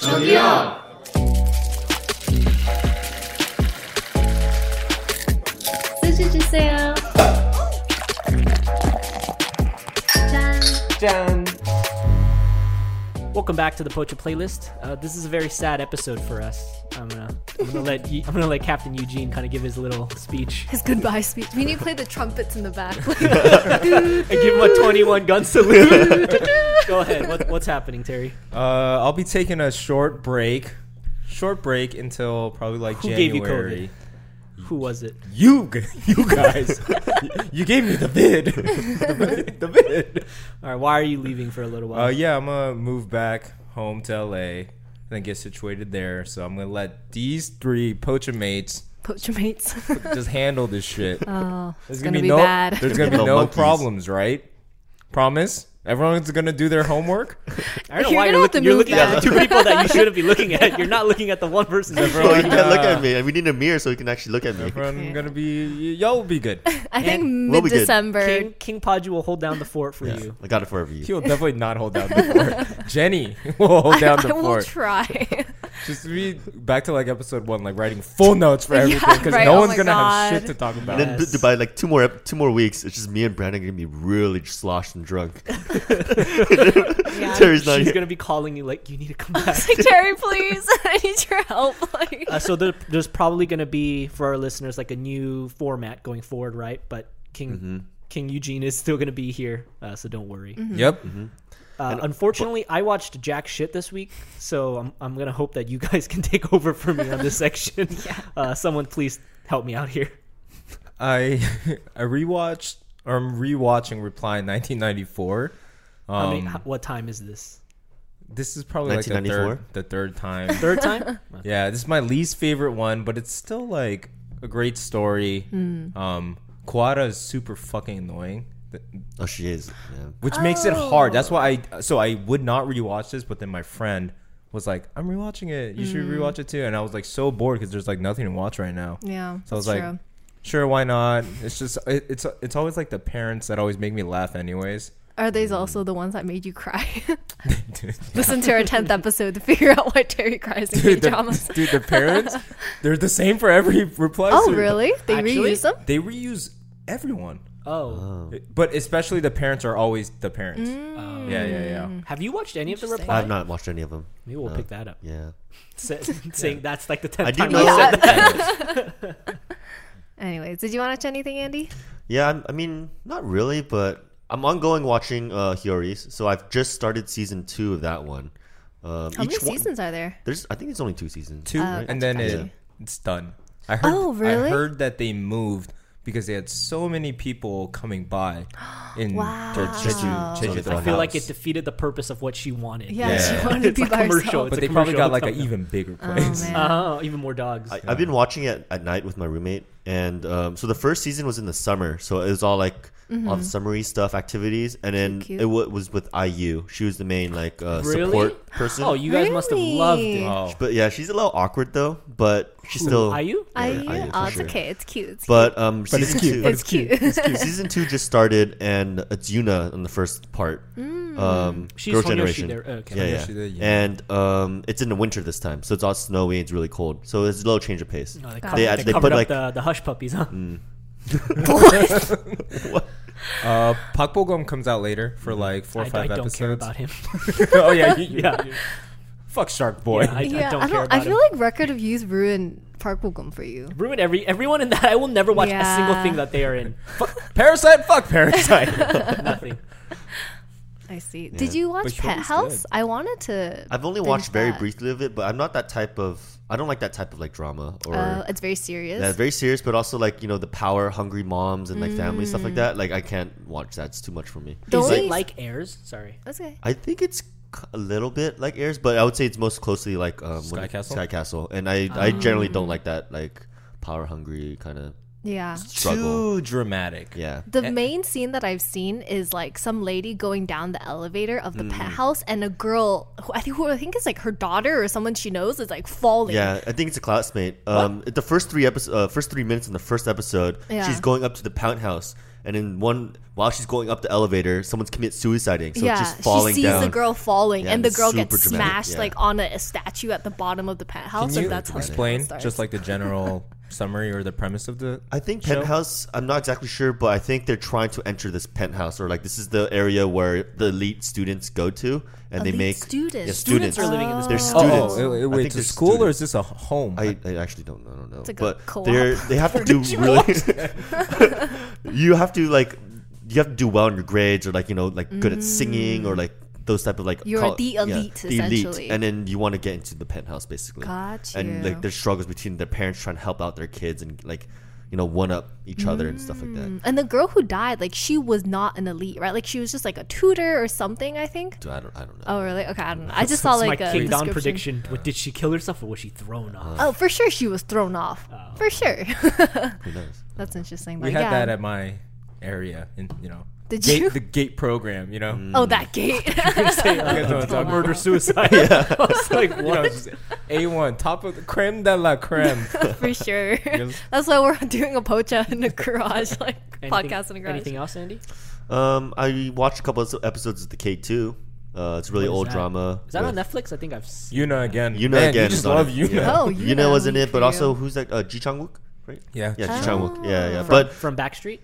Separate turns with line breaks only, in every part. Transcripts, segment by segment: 저기요.
소주 주세요. 짠.
Um,
짠.
Welcome back to the Pocha playlist. Uh, this is a very sad episode for us. I'm gonna, I'm gonna let Ye- I'm gonna let Captain Eugene kind of give his little speech
His goodbye speech. We need to play the trumpets in the back.
and give him a 21 gun salute. Go ahead. What, what's happening, Terry?
Uh, I'll be taking a short break. Short break until probably like
Who gave you
January.
Who was it?
you g- you guys. Y- you gave me the vid. the vid. The vid.
All right. Why are you leaving for a little while?
Uh, yeah, I'm gonna move back home to LA and then get situated there. So I'm gonna let these three poacher mates
Poacher mates.
just handle this shit.
Oh,
There's
it's
gonna,
gonna, be
no,
bad.
There's gonna be
Little
no
monkeys.
problems, right? Promise. Everyone's gonna do their homework.
I don't know
You're
why you're
gonna have to
looking. You're
move
looking at
back.
the two people that you shouldn't be looking at. You're not looking at the one person. that's
Bro, you
Everyone,
can't look
uh,
at me. We need a mirror so you can actually look at me.
Everyone gonna be. y- Y'all will be good.
I think
we'll
mid
be good.
December.
King King Podge will hold down the fort for
Yeah,
you.
I got it for a review.
He'll definitely not hold down the fort. Jenny will hold down
I
the
will
fort.
try.
Just be back to like episode one, like writing full notes for everything because
right,
no
oh my
one's gonna
God.
have shit to talk about.
And then b-
Yes.
by like two more ep- two more weeks, it's just me and Brandon gonna be really sloshed and drunk. Terry's not
She's
here.
gonna be calling you like you need to come
I
back.
was like, Terry, please, I need your help. Like,
Uh, so there, there's probably going to be for our listeners like a new format going forward, right? But King
Mm-hmm.
King Eugene is still going to be here, uh, so don't worry.
Yep.
Uh, unfortunately, I watched jack shit this week, so I'm I'm gonna hope that you guys can take over for me on this section. uh, someone please help me out here.
I I rewatched. Or I'm rewatching Reply 1994.
I
Um,
mean, h- what time is this?
this is probably like the third,
1994?
the third time.
Third time? Uh,
Yeah, this is my least favorite one, but it's still like a great story.
Hmm.
Um, Quada is super fucking annoying, th-
Oh, she is. Yeah.
which makes it hard. That's why
Oh.
I so I would not rewatch this, but then my friend was like, "I'm rewatching it. You should rewatch it too." And I was like so bored because there's like nothing to watch right now.
Mm. yeah,
So I was
that's
like,
true.
"Sure, why not?" It's just it, it's it's always like the parents that always make me laugh, anyways.
Are these also the ones that made you cry? Listen to our tenth episode to figure out why Terry cries in
Dude,
dramas.
the, dude, the parents, they're the same for every reply.
Oh,
suit.
really? They
Actually-
reuse them?
They reuse everyone.
Uh,
Oh,
But especially the parents are always the parents.
Mm.
Yeah, yeah, yeah.
Um, have you watched any of the reply?
I've not watched any of them.
Maybe we'll
No.
pick that up.
Yeah,
Sa- saying that's like the tenth
I do
time.
know.
I said that.
Anyways, did you want to watch anything, Andy?
Yeah, I'm, I mean, not really, but I'm ongoing watching uh, Hyoris, so I've just started season two of that one. Um,
How many
each one-
seasons are there?
There's, I think it's only two seasons.
Two,
Uh,
and then
gotcha.
it, it's done. I heard.
Oh, really?
I heard that they moved because they had so many people coming by in
Wow.
to
Jeju- Jeju
I
Throw
feel like
House.
it defeated the purpose of what she wanted.
Yeah,
Yeah.
she wanted to
It's
be
a
by
commercial.
herself.
But
It's
they
a
probably
commercial.
got like an even bigger place.
man.
Oh, even more dogs.
I, I've been watching it at night with my roommate, and um, so the first season was in the summer, so it was all like all the summery stuff, activities, and then
Mm-hmm. Cute, cute.
it w- was with IU. She was the main like uh,
Really?
support person.
oh, you guys must have loved it.
Really?
oh,
But yeah, she's a little awkward though, but she's still.
Are you?
Are
Yeah, I
you?
do,
Oh,
for
it's
sure.
okay. It's cute. It's cute.
But um,
but it's
season
cute.
two-
But
It's cute.
season two just started, and it's Yuna on the first part.
Mm.
Um,
She's
Girl
Honyoshi
Generation.
there. Okay.
Yeah,
Honyoshi
yeah.
there, yeah.
And um, it's in the winter this time, so it's all snowy. It's really cold, so it's a little change of pace.
No, they
Got
covered,
it.
they
they
covered
put,
up
like-
the, the hush puppies, huh?
mm, uh, Pak Bogum comes out later for like four
Mm-hmm. I,
or
I
five
don't
episodes.
care about him.
oh yeah, you, you-
yeah.
Fuck Shark Boy.
Yeah, I-
yeah,
don't care about
I feel
him.
like Record of You's ruined Park Wogum for you.
Ruin every everyone in that. I will never watch a single
Yeah.
thing that they are in.
Fuck- Parasite. Fuck Parasite.
Nothing.
I see. Did you
But
watch
she
Pet
always
House?
did.
I wanted to.
I've only
binge
watched very
that.
briefly of it, but I'm not that type of. I don't like that type of like drama or.
Uh, it's very serious.
yeah, it's very serious, but also like you know the power hungry moms and like family stuff like that. Like I can't watch that; it's too much for me.
Mm. The
Is
only-
it like airs? Sorry.
That's okay.
I think it's c- a little bit like Airs, but I would say it's most closely like um, when-
Sky Castle?
Sky Castle, and I I generally
Oh.
don't like that like power hungry kind of
Yeah.
struggle.
Too dramatic.
Yeah,
The main scene that I've seen is like some lady going down the elevator of the pet house, and a girl who I think who I think is like her daughter or someone she knows is like falling.
yeah. I think it's a classmate. Um, the first three episodes, uh, first three minutes in the first episode,
Yeah.
she's going up to the pound house. and then one while she's going up the elevator, someone's commit suiciding. So
yeah,
just falling
she sees
down.
the girl falling,
Yeah,
and the
it's
girl gets
super dramatic,
smashed
yeah.
like on a, a statue at the bottom of the penthouse,
Can you
and that's how the film
explain
starts.
just like the general summary or the premise of the?
I think
show?
penthouse. I'm not exactly sure, but I think they're trying to enter this penthouse, or like this is the area where the elite students go to, and they
Elite
make
students?
Yeah,
Students
students
are living in this
They're
Oh,
students.
Oh,
I
wait,
think
wait, it's
they're
a school or is
students.
this a home?
I, I actually don't know. I don't know.
like a
but
co-op
they're they have to do really. you have to like you have to do well in your grades, or like you know like good at singing, or like those type of like
Mm. You're the elite, essentially.
and then you want to get into the penthouse basically.
Got
And like
you.
there's struggles between their parents trying to help out their kids and like you know one up each other and stuff like that.
and the girl who died, like she was not an elite, right? Like she was just like a tutor or something, I think.
Dude, I don't I don't know.
Oh, really? Okay, I don't know. I just saw
It's
like
my
a
King Don
description.
prediction. What, did she kill herself or was she thrown off?
Oh, for sure she was thrown off.
Oh.
For sure.
Who knows?
That's interesting. But
we had
yeah.
that at my area, in you know,
Did
gate,
you?
the gate program, you know.
Mm.
oh, that gate.
Say, uh,
You guys know what I'm talking
murder
about.
suicide. I was like,
You know,
what?
just A1, top of the creme de la creme.
for sure.
Yes.
That's why we're doing a pocha in the garage, like
Anything-
podcast in the garage.
Anything else, Andy?
Um, I watched a couple of episodes of the K two. Uh, it's a really
What is
old
that?
drama.
Is that on
with-
Netflix? I think I've. s-
Yuna again.
Yuna
Man,
again
You
is
just
on
love
it. Yeah.
Yuna.
Oh, you
Yuna was in it, but
for
also
you.
who's that? Uh, Ji Chang Wook, right?
Yeah.
Yeah,
Oh.
Ji
Ji
Chang-
Chang Wook. Yeah, yeah.
From,
But
from Backstreet.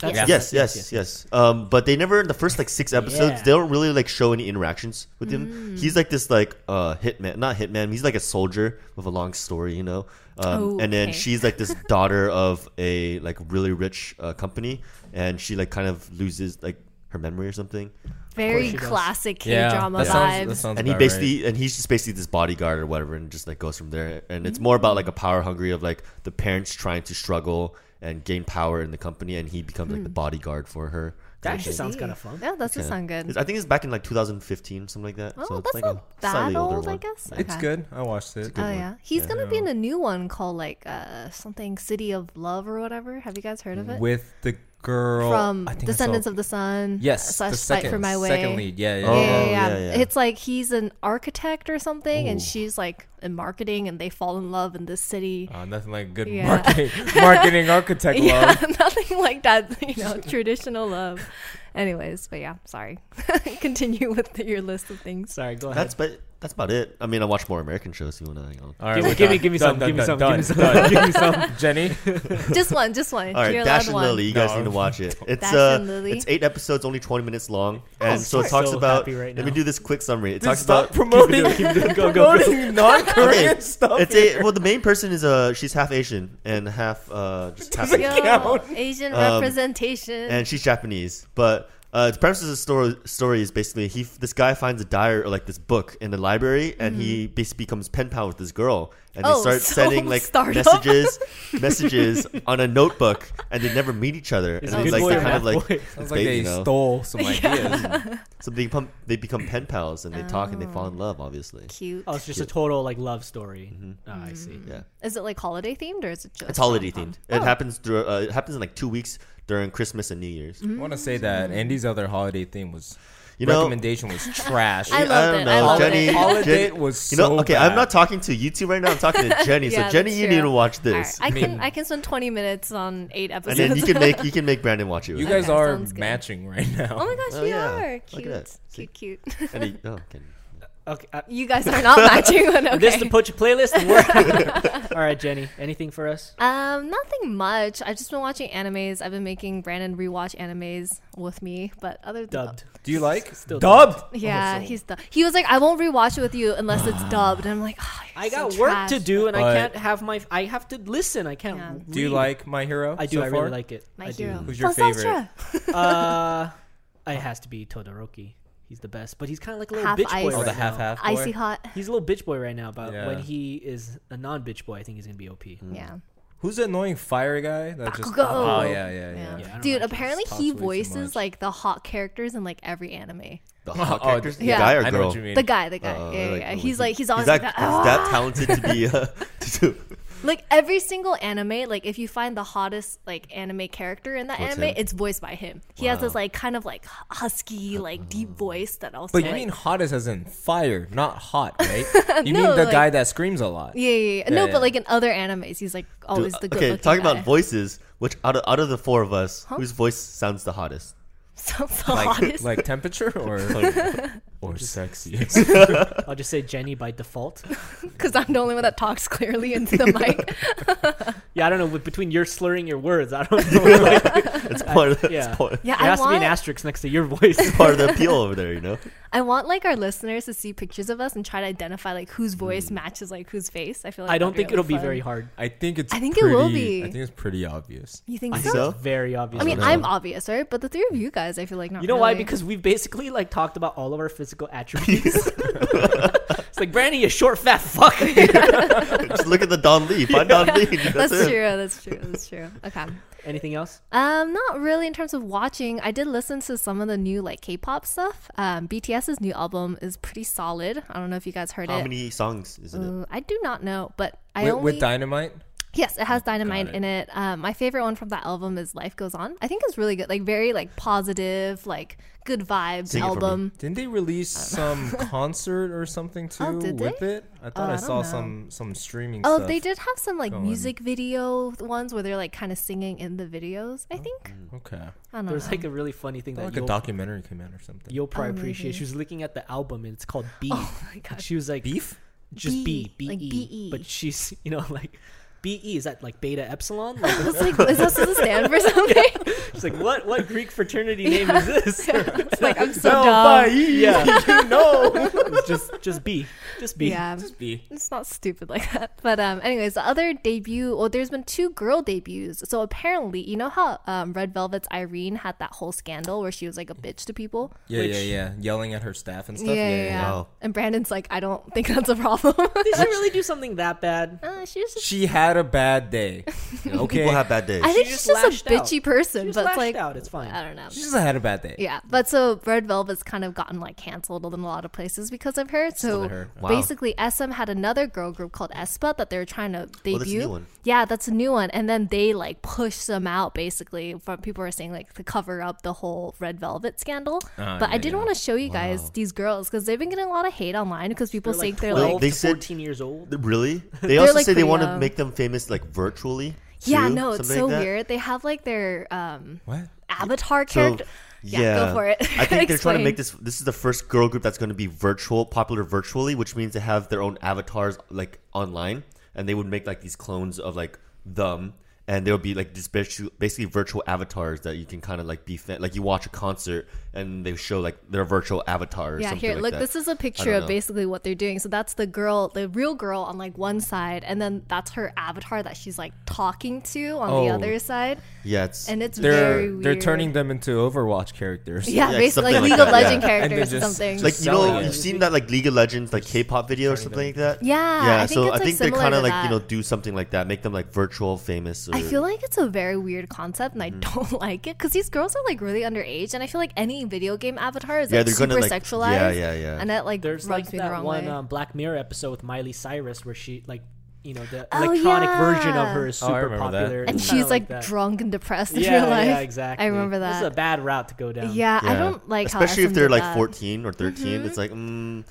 That's-
Yeah.
yes, yes, yes, Um, but they never in the first like six episodes
Yeah.
they don't really like show any interactions with
Mm.
him. He's like this like uh hitman, not hitman. He's like a soldier with a long story, you know. Um,
Oh,
and then
okay.
she's like this daughter of a like really rich uh, company, and she like kind of loses like her memory or something.
very
she does.
classic K
Yeah,
drama
that sounds, that
vibes.
sounds
and he
about right.
basically and he's just basically this bodyguard or whatever and just like goes from there and
Mm.
it's more about like a power hungry of like the parents trying to struggle and gain power in the company and he becomes like the
Mm.
bodyguard for
That
her kinda
actually
thing.
sounds kind of fun.
Yeah, that does sound good.
It's- i think it's back in like 2015 something like that
Oh,
it's
that's
like
not that old, I guess.
Yeah.
It's
Okay.
good. I watched it.
Oh
one.
yeah, he's
Yeah.
gonna be in a new one called like uh something City of Love or whatever. Have you guys heard of it?
With the girl
From
I think I saw-
Descendants of the Sun.
Yes,
slash
the
Fight
second,
for My Way.
second lead. Yeah, yeah.
Yeah,
Oh,
yeah.
yeah, yeah.
yeah, yeah.
It's like he's an architect or something, and she's like in marketing, and they fall in love in this city.
Uh, nothing like good
Yeah.
marketing, marketing architect
yeah,
love.
nothing like that. You know, traditional love. Anyways, but yeah, sorry. Continue with your list of things.
Sorry, go ahead.
that's but that's about it i mean i watch more american shows you want to you know.
All right,
Give me-
we're
give me-
done.
give me
Done,
some, give me
done,
some,
done,
give me
done.
some.
Give me some, Jenny.
Just one, just one.
All right,
You're allowed
Dash and
one.
Lily. You guys
No.
need to watch it. It's
Dash
uh,
and Lily? Oh,
it's eight episodes, only twenty minutes long, and so it
short.
talks
So
about.
happy right
let me
now.
do this quick summary. It
Dude,
talks
stop
about
promoting, promoting non-Korean
Okay,
stuff.
It's a, well, the main person is uh she's half Asian and half uh just half
Doesn't
Yo,
count.
Asian
Um,
representation.
and she's Japanese. But uh, the premise of the story, story is basically he this guy finds a diary or like this book in the library, and he basically becomes pen pal with this girl, and they
Mm-hmm. Oh,
start
so
sending like
startup.
messages, messages on a notebook, and they never meet each other.
Is
and
it
it's
good
like
boy
they
or
kind of
bad
like
boy?
it's
Sounds
ba-
like they
you know.
stole some ideas.
So they become they become pen pals, and they talk and they fall
Oh.
in love. Obviously,
Cute.
Oh, it's just a total like love story.
Mm-hmm.
Ah, I see.
yeah.
Is it like holiday themed or is it just?
It's holiday
rom-com? Oh,
themed. It happens through. Uh, it happens in like two weeks during Christmas and New Year's.
I want to say that Andy's other holiday theme was
You know- uh,
recommendation was trash.
I love- loved it. I loved
Jenny,
it.
Holiday
Jenny-
was
you know,
so
okay, I'm
bad.
not talking to you two right now. I'm talking to Jenny.
Yeah,
so Jenny,
that's
you
true.
need to watch
All right,
this,
I can
mean-
I can spend twenty minutes on eight
and
episodes.
then you can make you can make Brandon watch it.
You
with
guys
Okay,
are
sounds good.
matching right now.
oh my gosh,
Oh,
you
yeah.
are
Look at
cute,
that.
cute, cute.
me. And he- oh, okay.
Okay. Uh,
you guys are not matching. But okay.
This is the Pocha playlist. and we're- All right, Jenny. Anything for us?
Um, nothing much. I've just been watching animes. I've been making Brandon rewatch animes with me, but other than
Dubbed.
Do you like
Still
dubbed?
yeah, he's du- he was like, I won't rewatch it with you unless it's dubbed, and I'm like, "Ah, you're
I
so
got work
trash."
to do, and
But-
I can't have my. I have to listen. I can't.
Yeah.
read.
Do you like My Hero?
I do.
so
I
far?
really like it.
My
I do.
hero.
Who's your
Plus
favorite?
Ultra.
Uh, it has to be Todoroki. He's the best, but he's kind of like a little
Half
bitch boy
ice.
right
Oh, the
now.
half half.
Icy hot.
He's a little bitch boy right now, but
Yeah. Mm.
when he is a non bitch boy, I think he's gonna be OP.
Yeah.
Who's the annoying fire guy? That just
Bakugo.
oh yeah yeah yeah.
Yeah.
Yeah, I don't
Dude,
like
apparently
Talks
he
way too much.
voices like the hot characters in like every anime.
The hot
Oh,
characters,
the-
the guy or
I
girl.
know what you mean.
The guy, the guy.
Uh,
yeah, yeah,
like,
yeah.
oh,
He's
like,
like he's always
that,
like,
he's
"Ah!"
that talented to be uh, to do
Like every single anime, like if you find the hottest like anime character in that
What's
anime,
him?
it's voiced by him. He has this like kind of like husky, like deep voice that also.
But you
like-
mean hottest as in fire, not hot, right? You
No,
mean the
like-
guy that screams a lot.
Yeah, yeah, yeah. No,
yeah.
but like in other animes, he's like always the good.
okay,
looking
talking
guy.
about voices, which out of, out of the four of us, whose voice sounds the hottest?
Sounds so
Like,
hottest.
like temperature or or sexy.
I'll just say Jenny by default.
because I'm the only one that talks clearly into the mic.
Yeah, I don't know. with- Between your slurring your words, I don't know. Like, there
It's part of,
yeah.
it's part,
Yeah, I
has to be
want,
an asterisk next to your voice.
part of the appeal over there, you know?
I want like our listeners to see pictures of us and try to identify like whose voice matches like whose face. I feel like
I don't
that'd
think
really
it'll be
fun.
very hard.
I think it's.
I think it will
pretty-
be.
I think it's pretty obvious.
You think
I
so?
think so.
Very obvious.
I mean,
don't know.
I'm obvious, right? But the three of you guys, I feel like not.
You know why?
really.
Because we've basically like talked about all of our physical attributes. it's like Brandy, you short fat fuck.
Just look at the Don Lee. Find Don Lee.
that's
it.
true. That's true. That's true. Okay.
Anything else?
Um, not really in terms of watching. I did listen to some of the new like K-pop stuff. Um, BTS's new album is pretty solid. I don't know if you guys heard
How
it.
many songs is in it?
Uh, I do not know, but I
With,
only
with dynamite,
Yes, it has dynamite
it.
in it. Um, my favorite one from that album is "Life Goes On." I think it's really good, like very like positive, like good vibes
Sing it for me.
album.
didn't they release some concert or something too
Oh, did
with
they?
it? I thought
Oh,
I,
I don't
saw
know.
some some streaming.
Oh,
stuff.
they did have some like
Going.
music video ones where they're like kind of singing in the videos. I think
Okay,
I don't know.
There's like a really funny thing that
like a
you'll,
documentary came out or something.
you'll probably appreciate. She was looking at the album and it's called B.
Oh my god.
She was like
Beef?
just B B
B,
E.
like BE.
But she's you know like B E is that like beta epsilon? Like,
I was like, is this supposed to stand for something?
she's like what what Greek fraternity name is this?
it's like I'm so dumb.
yeah,
you know.
It's just just B, just B.
Yeah.
Beef.
It's not stupid like that. But um, anyways, the other debut, well, there's been two girl debuts. So apparently, you know how um, Red Velvet's Irene had that whole scandal where she was like a bitch to people?
Yeah,
Which-
yeah, yeah. Yelling at her staff and stuff.
Yeah, yeah, yeah.
Wow.
And Brandon's like, I don't think that's a problem.
They should really do something that bad.
uh, she was just,
She had a bad day. Okay,
People have bad days.
I think
just
she's just a
lashed out.
bitchy person,
Just
but it's
lashed
like, uh,
out. It's fine.
I don't know.
she just had a bad day.
Yeah, but so Red Velvet's kind of gotten like canceled in a lot of places because of her. So
of her.
Wow.
basically, SM had another girl group called Espa that they were trying to debut.
Oh, that's a new one.
Yeah, that's a new one, and then they like pushed them out basically. From people were saying like to cover up the whole Red Velvet scandal.
Ah,
but I
yeah,
did
yeah.
want to show you guys these girls because they've been getting a lot of hate online because people
They're
think
like
they're
12
like.
They
to
said-
14 years old.
Really? They also
like,
say they
pretty
want to
young.
make them famous like virtually.
Yeah,
too,
no, it's
something
so
like that.
weird. They have like their um
What?
avatar
So,
character. yeah, go for it.
I think they're trying to
Explain.
make this. This is the first girl group that's going to be virtual, popular virtually, which means they have their own avatars like online, and they would make like these clones of like them, and there would be like these basically, basically virtual avatars that you can kind of like be fan, like you watch a concert and they show like their virtual avatar. Or
Yeah,
something
here,
like
look,
that.
this is a picture
don't
of
know.
basically what they're doing. So that's the girl, the real girl on like one side, and then that's her avatar that she's like talking to on the
Oh.
other side.
yeah, it's
And it's
They're
very weird.
they're turning them into Overwatch characters.
Yeah,
Yeah,
basically like,
something like
League
that,
of
yeah.
Legend
And they
characters or
just-
something.
like you know
selling it.
you've seen that like League of Legends like K-pop video or something like that.
Yeah, I
yeah.
think
so
it's,
I
like,
think they're
similar
kind
to
of like
that.
you know do something like that, make them like virtual famous. Or,
I feel like it's a very weird concept, and I
Mm-hmm.
don't like it because these girls are like really underage, and I feel like any video game avatar is
Yeah,
like
they're
super
gonna, like-
sexualized.
yeah, yeah, yeah.
And that like
There's
rubs
like
me the
that
wrong
one
way.
um, Black Mirror episode with Miley Cyrus where she like, you know, the
Oh,
electronic version of
yeah.
her is
Oh, I
super
remember that.
popular.
and
It's
she's
kinda
like,
that.
drunk and depressed in
Yeah,
real life.
yeah, exactly.
I remember
This is a
that.
bad route to go down.
Yeah, I
Yeah.
don't like how
especially
SM
if they're
did
like
that.
14 or 13 it's like mm,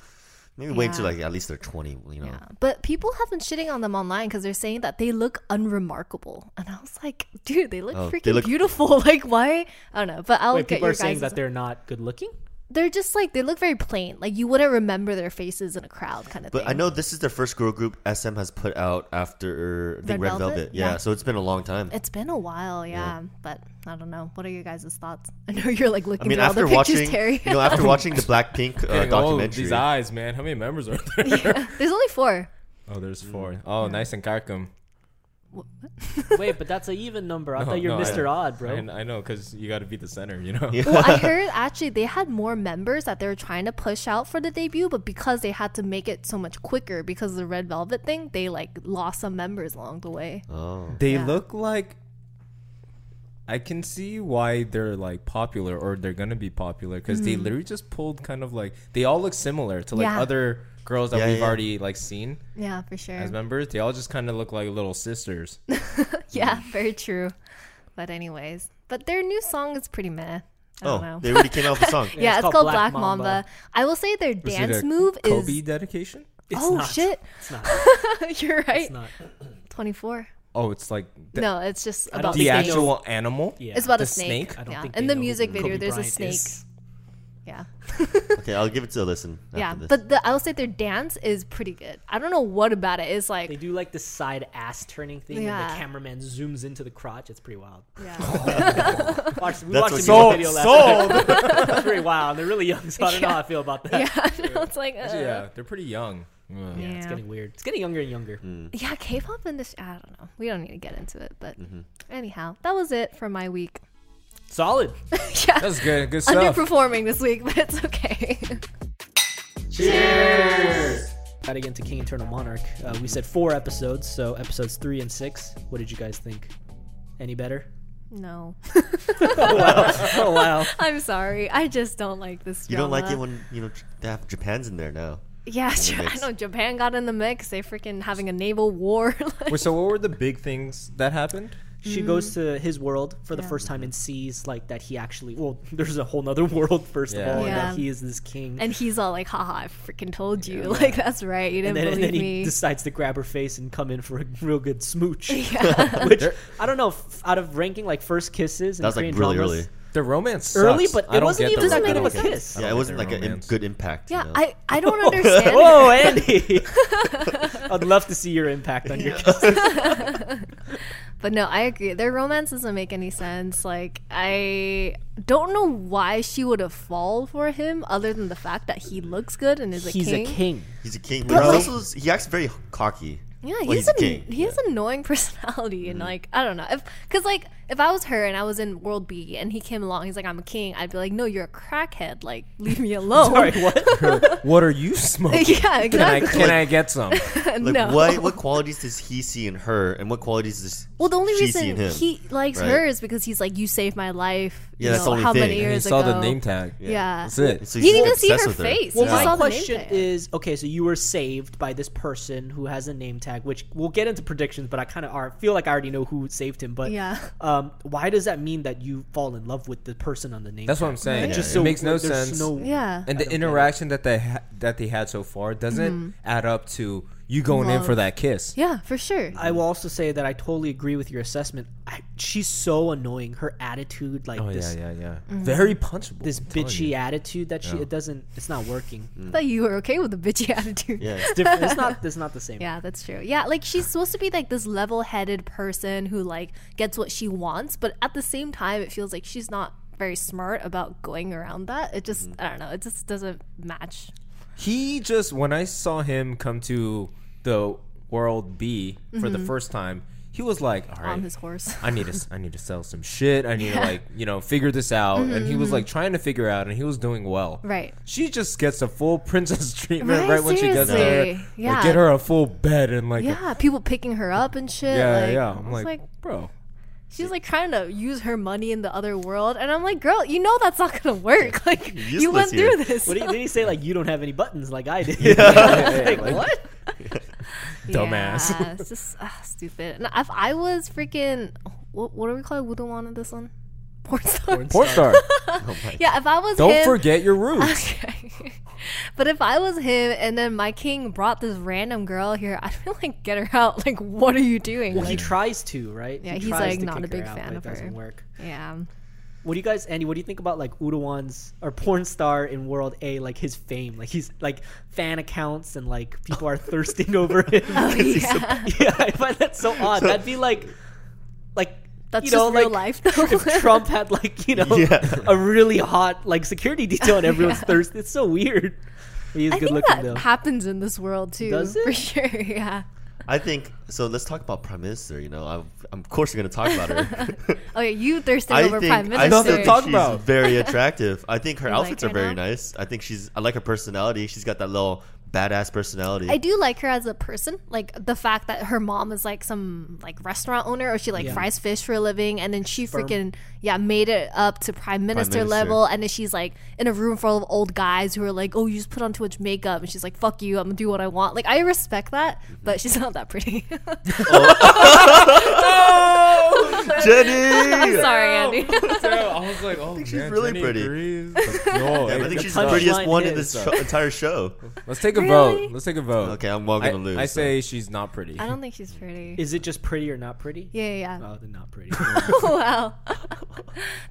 maybe wait till
Mm-hmm. Yeah.
like at least they're 20 you know
Yeah, But people have been shitting on them online because they're saying that they look unremarkable, and I was like, dude, they look
Oh, they
freaking
look-
beautiful. Like, why? I don't know. But I'll
Wait,
get
people
your
are saying
guys.
that they're not good looking.
they're just like they look very plain. Like you wouldn't remember their faces in a crowd, kind of
but
thing.
i know this is the first girl group sm has put out after i think
Red
red,
Velvet?
velvet, Yeah,
Yeah.
so it's been a long time
it's been a while, yeah. But I don't know. What are your guys' thoughts? I know you're like looking
i mean
through all the
after
pictures,
watching
Terry.
you know after watching the blackpink uh,
Dang, oh,
documentary
these eyes, man. How many members are there?
There's only four.
Oh, there's
Mm.
four. Oh, nice and Karkum.
Wait, but that's an even number. I
No,
thought you're
no, I-
Mr. Odd, bro.
I, I know, because you got to be the center, you know?
Well, I heard actually they had more members that they were trying to push out for the debut, but because they had to make it so much quicker because of the Red Velvet thing, they like lost some members along the way.
oh
They
Yeah.
look like. I can see why they're like popular or they're going to be popular because they literally just pulled kind of like. They all look similar to like
Mm-hmm. Yeah.
other girls that
Yeah,
we've
yeah.
already like seen
Yeah, for sure.
as members. They all just kind of look like little sisters.
yeah, very true. But anyways, but their new song is pretty meh. I don't
Oh,
know.
they already came out with a song.
yeah, it's, called, Black, Mamba.
Mamba.
I will say their
Was it
dance
a
move
Kobe
is.
dedication.
It's
oh
not.
shit!
It's not.
You're right.
It's not.
Twenty four.
Oh, it's like the,
No, it's just
don't
about
the
think they
snakes.
actual animal.
Yeah.
It's about
The
a snake.
snake?
I don't
Yeah.
think
In
they
the
know who
music video,
Kobe
there's a
Bryant
snake.
is.
Yeah.
Okay, I'll give it to a listen.
Yeah,
after this.
but the, I will say their dance is pretty good. I don't know what about it is
They
like.
do like the side ass turning thing, and
Yeah.
the cameraman zooms into the crotch. It's pretty wild.
Yeah.
Watch, we watched
That's what
the
you
music
want.
video last night. It's pretty wild. They're really young, so I don't know how I feel about that.
yeah, I know, it's like. Uh, yeah.
Yeah, they're pretty young. Yeah.
Yeah, it's
Yeah.
getting weird. It's getting younger and younger.
Yeah, K-pop industry. I don't know. We don't need to get into it, but anyhow, that was it for my week.
Solid.
yeah,
That's good. Good stuff.
underperforming this week, but it's okay.
Right again to King Eternal Monarch. Uh, we said four episodes, so episodes three and six. What did you guys think? Any better?
no,
Oh wow.
I'm sorry. I just don't like this.
you don't like
drama.
it when you know they have Japan's in there now.
Yeah, sure. I
mix.
know Japan got in the mix. They freaking having a naval war. like,
Wait, so what were the big things that happened?
she goes to his world for the
Yeah.
first time and sees like that he actually well there's a whole nother world first
Yeah.
of all and
Yeah.
that he is this king
and he's all like, "Haha, I freaking told you. Like that's right. You
and
didn't
then, and
believe
then he
me."
decides to grab her face and come in for a real good smooch
yeah.
which
There-
i don't know f- out of ranking like first kisses and
That was like
Korean
really
dramas,
early.
The romance sucks.
Early, but
I
it
don't
wasn't
get the
even that
ro-
good
I
of a
don't get-
kiss.
I don't
Yeah,
get
it wasn't
the
like a im-
romance.
good impact. you
yeah,
know?
I I don't understand.
Whoa, Andy! I'd love to see your impact on your kiss.
But no, I agree. Their romance doesn't make any sense. Like, I don't know why she would have fallen for him, other than the fact that he looks good and is a
He's
king.
a king.
he's a king, but
Bro.
he's also he acts very cocky.
Yeah,
when
he's,
he's
an
a king. Mm-hmm.
he has an annoying personality, and like I don't know if because like if I was her and I was in World B and he came along, he's like I'm a king. I'd be like, no, you're a crackhead. Like, leave me alone.
Sorry, what?
What are you smoking?
yeah, exactly.
Can I can I get some?
Like
no.
what what qualities does he see in her, and what qualities does
Well, the only
she see
reason
in him?
he likes
right?
her is because he's like, you saved my life.
Yeah,
you
that's
know,
the only
how
thing.
many
And he
He
years
saw
ago?
the name tag.
Yeah,
That's it.
So
he
he's
didn't even see
obsessed
her
with
face.
Well,
Yeah.
my
Saw the name
question
tag.
is okay, so you were saved by this person who has a name tag, which we'll get into predictions, but I kind of are feel like I already know who saved him. But
Yeah.
um, why does that mean that you fall in love with the person on the name?
That's what
tag?
I'm saying.
Yeah.
Just
Just
it
so
makes no
there's
sense.
no-
Yeah.
and the interaction that they ha- that they had so far doesn't
Mm-hmm.
add up to you going in
Love.
for that kiss.
yeah, for sure.
I will also say that I totally agree with your assessment. I, she's so annoying. Her attitude, like
Oh
this,
yeah, yeah, yeah. Very punchable.
Mm-hmm. this
I'm telling
bitchy
you.
attitude that she it doesn't. It's not working.
I thought you were okay with the bitchy attitude.
Yeah.
It's different. it's not. It's not the same.
Yeah, that's true. Yeah, like she's supposed to be like this level-headed person who like gets what she wants, but at the same time, it feels like she's not very smart about going around that. It just, I don't know, it just doesn't match.
He just when I saw him come to the world B for
Mm-hmm.
the first time, he was like, "All
On
right,
his horse.
I need to s- I need to sell some shit. I need to like you know figure this out." And he was like trying to figure out, and he was doing well.
Mm-hmm. Right.
She just gets a full princess treatment right,
Right?
when she gets there.
Seriously.
Like,
Yeah.
get her a full bed and like. a-
Yeah, people picking her up and shit.
yeah,
like,
yeah.
I
I'm
was
like, bro.
she's like trying to use her money in the other world, and I'm like, girl, you know that's not gonna work. Like, you went
Useless here.
through this.
What did he, did he say? Like you don't have any buttons, like I did. like, what?
Dumbass.
Yeah, it's just ah, stupid. And if I was freaking, what, what do we call Wudawan in this one? Porn star.
Porn star.
Yeah, if I was
Don't
him,
forget your roots.
Okay. but if I was him, and then my king brought this random girl here, I'd be like, get her out. Like, what are you doing?
Well, he
Like,
tries to, right?
Yeah,
He
he's,
tries
like,
to
not
kick
a big
her out,
fan
but
of
it doesn't
her.
work.
yeah.
What do you guys, Andy? What do you think about like Udawan's or porn star in World A? Like his fame, like he's like fan accounts and like people are thirsting over him.
Oh, yeah.
yeah, I find that so odd. That'd be like, like
That's
you know,
just real
like
life, though.
if Trump had like you know
Yeah.
a really hot like security detail and everyone's thirsty. It's so weird. He is
I
good
think
looking
that
though.
happens in this world too.
Does it?
For sure. Yeah.
I think so. Let's talk about prime minister. You know, I'm, I'm of course we're gonna talk about her.
Oh yeah, you thirsting
I
over
think
prime
I
minister.
still
Nothing to
think
talk
she's
about.
very attractive. I think her
You like
outfits
her
are very
now?
nice. I think she's I like her personality. She's got that little badass personality.
I do like her as a person. Like the fact that her mom is like some like restaurant owner or she like
Yeah.
fries fish for a living and then she freaking yeah, made it up to prime minister,
Minister.
level and then she's like in a room full of old guys who are like, "Oh, you just put on too much makeup." And she's like, "Fuck you. I'm going to do what I want." Like I respect that, but she's not that pretty.
Oh! Jenny.
I'm sorry, Andy.
I was like, oh,
she's man, really Jenny pretty.
no,
I think
the
she's the uh, prettiest
punchline
one in
is-
this sho- entire show.
Let's take a
Really?
vote. Let's take a vote.
Okay, I'm well
I,
gonna lose.
I say she's not pretty.
I don't think she's pretty.
Is it just pretty or not pretty?
yeah, yeah. yeah.
Oh, then not pretty.
wow.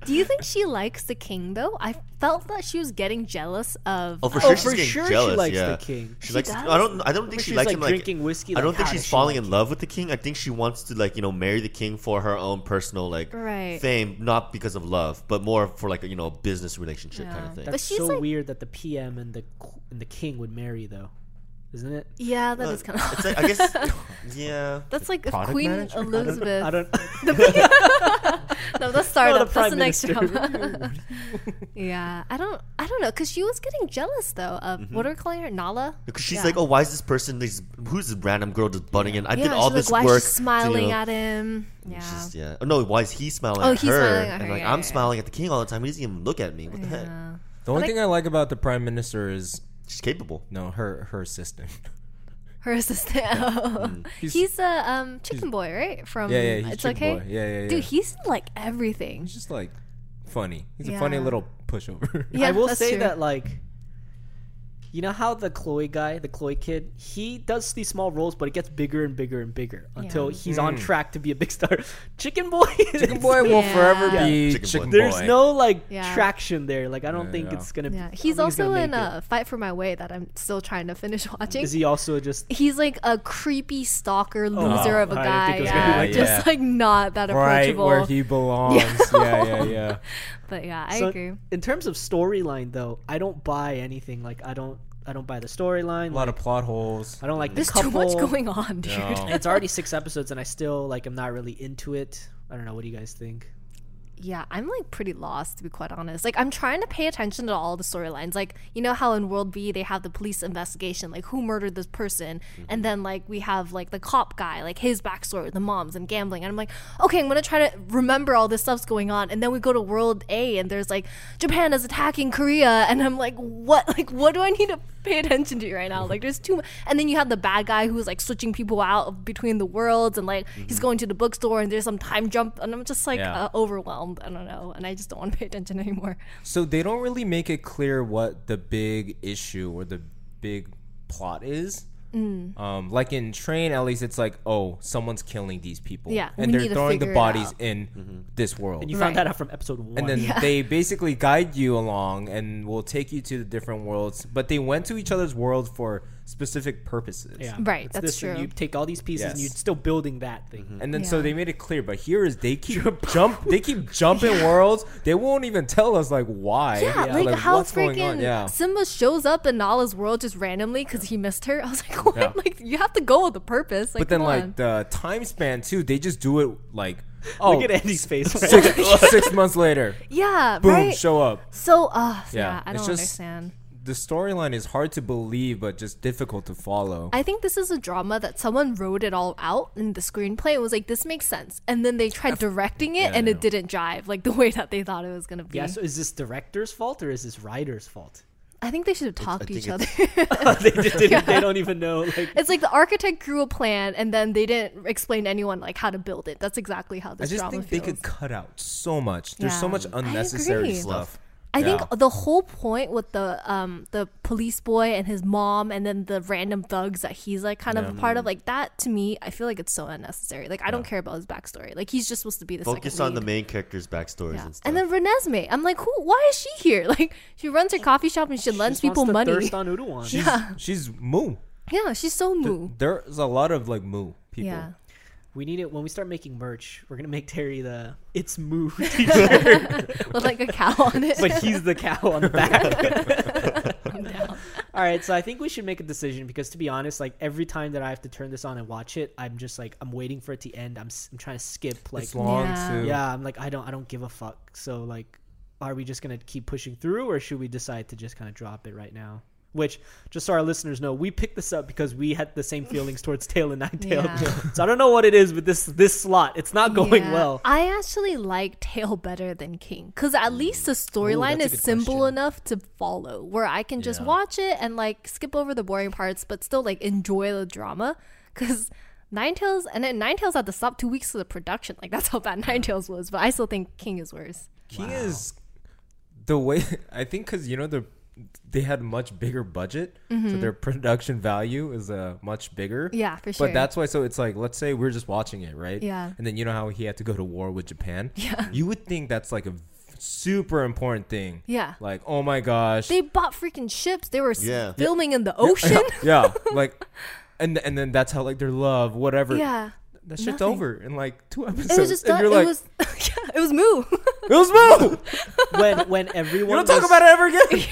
do you think she likes the king though? I felt that she was getting jealous of
Oh, for
uh,
sure,
for
she's getting
sure she
jealous.
likes
yeah.
the king.
She, likes.
does?
I don't. I don't think she
she's,
likes
like,
him. Like
drinking whiskey,
I don't
like,
think
how
she's
does she
falling
like
in love with the king. I think she wants to like you know marry the king for her own personal like
Right.
fame, not because of love, but more for like a, you know business relationship kind
Yeah.
of thing.
That's
she's
so
like-
weird that the PM and the qu- and the king would marry though, isn't it?
Yeah, that is kind of
It's like, I guess. yeah.
That's like if
Product
Queen
manager? I
Elizabeth.
I don't.
no, that's startup.
the
that's
prime
the next
minister.
drama. yeah, I don't. I don't know because she was getting jealous though of what are we calling her Nala.
Because she's
Yeah.
like, oh, why is this person? This, who's this random girl just butting in? I did
yeah,
all
she's
this
like, why
work.
is
to,
she
you
smiling
know,
at him? Yeah.
It's just, yeah. Oh, no, why is he smiling
Oh,
at
he's
her?
smiling at
and
her,
like,
yeah,
I'm
yeah, yeah.
smiling at the king all the time. He doesn't even look at me. What the heck?
yeah.
the only
But I-
thing I like about the prime minister is
She's capable.
no, her her assistant.
Her assistant. Oh. He's,
He's-
a um, chicken boy, right? From
yeah, yeah, he's
Um, It's
chick
Okay.
boy. Yeah, yeah, yeah.
Dude, he's in, like everything.
he's just like funny. He's a funny
Yeah.
little pushover.
Yeah,
I will
that's
say
true.
that like you know how the Chloe guy, the Chloe kid, he does these small roles, but it gets bigger and bigger and bigger until he's on track to be a big star. Chicken Boy,
Mm. Chicken boy will
Yeah.
forever be
Chicken
chicken, boy.
boy.
there's no like
Yeah.
traction there. Like I don't think
yeah.
it's gonna.
Yeah,
I don't
he's
think
also
gonna
in uh,
make
a Fight for My Way that I'm still trying to finish
it.
watching.
Is he also just?
he's like a creepy stalker loser of a
Oh, I
guy.
didn't think it was
gonna be
Yeah,
like
just
that.
like not that
right
approachable.
where he belongs. Yeah, yeah, yeah.
but yeah, I
so,
agree.
In terms of storyline, though, I don't buy anything. Like I don't, I don't buy the storyline.
A lot
Like,
of plot holes.
I don't like
There's
the couple.
too much going on, dude.
No.
It's already six episodes, and I still like. I'm not really into it. I don't know. What do you guys think?
Yeah, I'm like pretty lost to be quite honest. Like I'm trying to pay attention to all the storylines. Like you know how in World B they have the police investigation, like who murdered this person, and then like we have like the cop guy, like his backstory, with the moms and gambling. And I'm like, okay, I'm gonna try to remember all this stuff's going on, and then we go to World A and there's like Japan is attacking Korea, and I'm like, what? Like what do I need to pay attention to right now? Like there's too much. And then you have the bad guy who's like switching people out between the worlds, and like he's going to the bookstore, and there's some time jump, and I'm just like like
Yeah.
uh, overwhelmed. I don't know, and I just don't want to pay attention anymore.
So they don't really make it clear what the big issue or the big plot is.
Mm.
Um, like in Train, at least it's like, oh, someone's killing these people.
Yeah, we
and
need
they're
to
throwing
figure
the
it
bodies
out.
in this
And
world. And,
you
Right.
found that out from episode one.
then
Yeah.
they basically guide you along and will take you to the different worlds. But they went to each other's worlds for specific purposes.
Yeah.
Right,
It's
that's
this, and
true.
You take all these pieces and
Yes. Mm-hmm.
you're still building that thing.
And then so
Yeah.
they made it clear, but here is they keep jump they keep jumping worlds. They won't even tell us like why.
Yeah, like, how
what's going on.
freaking
Yeah.
Simba shows up in Nala's world just randomly because he missed her. I was like, what?
Yeah.
Like you have to go with a purpose. Like,
but then
come
like
on.
the time span too, they just do it like oh
Look at Andy's face. Right?
six, six months later,
yeah,
boom,
right.
show up.
so, uh, yeah,
Yeah,
I don't
it's just-
understand.
The storyline is hard to believe, but just difficult to follow.
I think this is a drama that someone wrote it all out in the screenplay and was like, this makes sense. And then they tried directing it
Yeah,
and
I
it
know.
didn't jive, like the way that they thought it was going to be.
yeah. So is this director's fault or is this writer's fault?
I think they should have talked to
think
each other.
they just didn't. They don't even know. Like
It's like the architect drew a plan and then they didn't explain to anyone like how to build it. That's exactly how
I
this
just
drama
think
feels.
they could cut out so much. There's so
Yeah.
much
I
unnecessary
agree.
stuff.
I think oh,
Yeah.
the whole point with the um the police boy and his mom and then the random thugs that he's like kind of a part of like that to me I feel like it's so unnecessary. Like I don't care about his backstory. Like he's just supposed to be the
Focus
second
on the
lead.
main character's backstories
Yeah.
and stuff.
And then Renesmee, I'm like, who? Why is she here? Like she runs her coffee shop and she, lends
just wants
people
to
money.
Thirst on Uruwan.
She's, she's moo.
yeah, she's so moo.
There's a lot of like moo people.
Yeah.
We need it when we start making merch. We're gonna make Terry the it's moo,
With like a cow on it.
but he's the cow on the back. All right, so I think we should make a decision because to be honest, like every time that I have to turn this on and watch it, I'm just like I'm waiting for it to end. I'm s- I'm trying to skip like
It's long
Yeah.
too.
yeah, I'm like I don't I don't give a fuck. So like, are we just gonna keep pushing through or should we decide to just kind of drop it right now? Which, just so our listeners know, we picked this up because we had the same feelings towards Tail and Nine Tail.
Yeah.
so I don't know what it is with this this slot. It's not going
Yeah.
well.
I actually like Tail better than King because at least the storyline
Mm. that's a
is
good
simple
question.
enough to follow, where I can just
Yeah.
watch it and like skip over the boring parts, but still like enjoy the drama. Because Ninetales and then Ninetales had to stop two weeks of the production. Like that's how bad Ninetales was. But I still think King is worse.
King is the way I think because you know the they had much bigger budget, so their production value is uh, much bigger.
Mm-hmm. Yeah, for sure.
But that's why. So it's like, let's say we're just watching it, right?
Yeah.
And then you know how he had to go to war with Japan. Yeah. You would think that's like a v- super important thing.
Yeah.
Like, oh my gosh.
They bought freaking ships. They were s-
Yeah.
filming in the ocean.
yeah. Like, and and then that's how like their love, whatever.
yeah.
That shit's
nothing.
over in like two episodes.
It was just
and
done.
you're like,
it was yeah, it was moo.
it was Moo!
When when everyone
You don't talk
was-
about it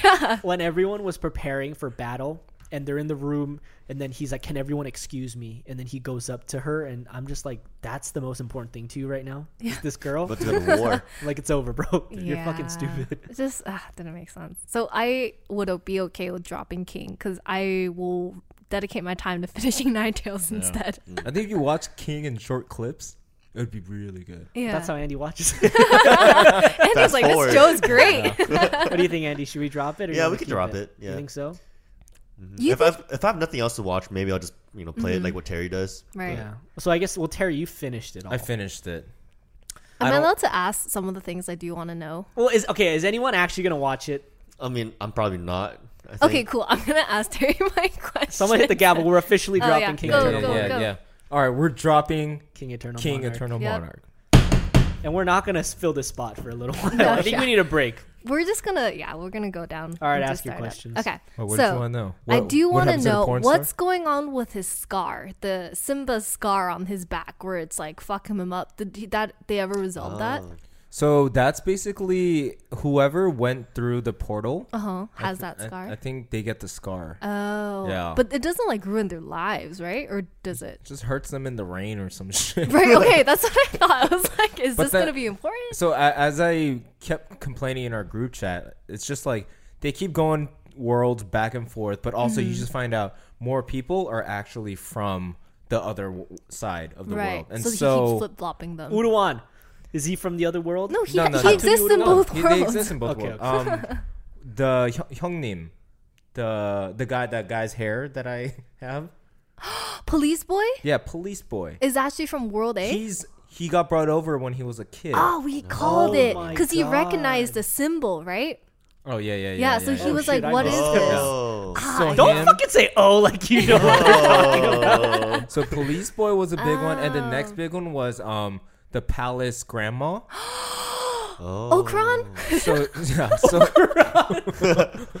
ever again.
when everyone was preparing for battle and they're in the room and then he's like can everyone excuse me and then he goes up to her and i'm just like that's the most important thing to you right now is this girl
But to go to war.
like it's over bro you're fucking stupid
It just ah, didn't make sense. So I would o- be okay with dropping King because I will dedicate my time to finishing Nine Tails instead.
I think if you watch King in short clips, it would be really good.
Yeah,
that's how andy watches it
and he's
Fast
like,
forward.
this show's great.
what do you think andy should we drop it or you
Yeah,
wanna
we could
keep
drop it,
you
yeah.
think so
You Mm-hmm.
if, I've, if I have nothing else to watch, maybe I'll just you know play it like what Terry does.
right.
yeah so i guess well terry you finished it all
I finished it. I
Am I
don't-
allowed to ask some of the things I do want to know?
well is okay is anyone actually gonna watch it
I mean, I'm probably not. I think.
Okay, cool. I'm gonna ask Terry my question.
someone hit the gavel we're officially
Oh,
dropping
yeah.
king
Go,
eternal
go,
Monarch.
yeah,
go.
yeah. All right, we're dropping
king eternal
King
Monarch.
Eternal
Yep.
Monarch.
and we're not gonna fill this spot for a little while
No,
i think
yeah.
we need a break
We're just gonna yeah, we're gonna go down.
All right,
and
ask
just
your
start up.
questions.
Okay,
Well, Oh, what did you
so
wanna know?
I
What-
do
what
want to
happens in a
know
porn
what's
star?
going on with his scar, the Simba's scar on his back, where it's like fucking him up. Did he, that they ever resolve that?
Oh. So that's basically whoever went through the portal
Uh huh. Has that
I-
scar?
I, think they get the scar.
Oh.
Yeah.
But it doesn't like ruin their lives, right? Or does it?
just hurts them in the rain or some shit.
Right. Okay. That's what I thought. I was like, is
But
this
that-
going to be important?
so a as I kept complaining in our group chat, it's just like they keep going worlds back and forth, but also
Mm-hmm.
you just find out more people are actually from the other w- side of the
Right.
world, and
so,
so,
he keeps flip flopping them.
Uruan, is he from the other world?
no, he,
No, no,
he
no.
exists in
Tatooine
both
They-
worlds.
They exist in both
Okay,
worlds. Um, the Hy- Hyungnim, the the guy that guy's hair that I have.
Police boy
Yeah, police boy.
is actually from World A.
He's he got brought over when he was a kid.
Eh? Oh, we called it
my
because he
God.
recognized the symbol, right?
Oh, yeah, yeah, yeah.
Yeah. so he
Oh,
was
shit,
like,
I
"What is
missed
this?"
Oh,
So
Don't
him-
fucking say oh like you know.
So police boy was a big one, and the
Oh.
next big one was um the palace grandma. Oh.
Okron.
So yeah, so
Oh,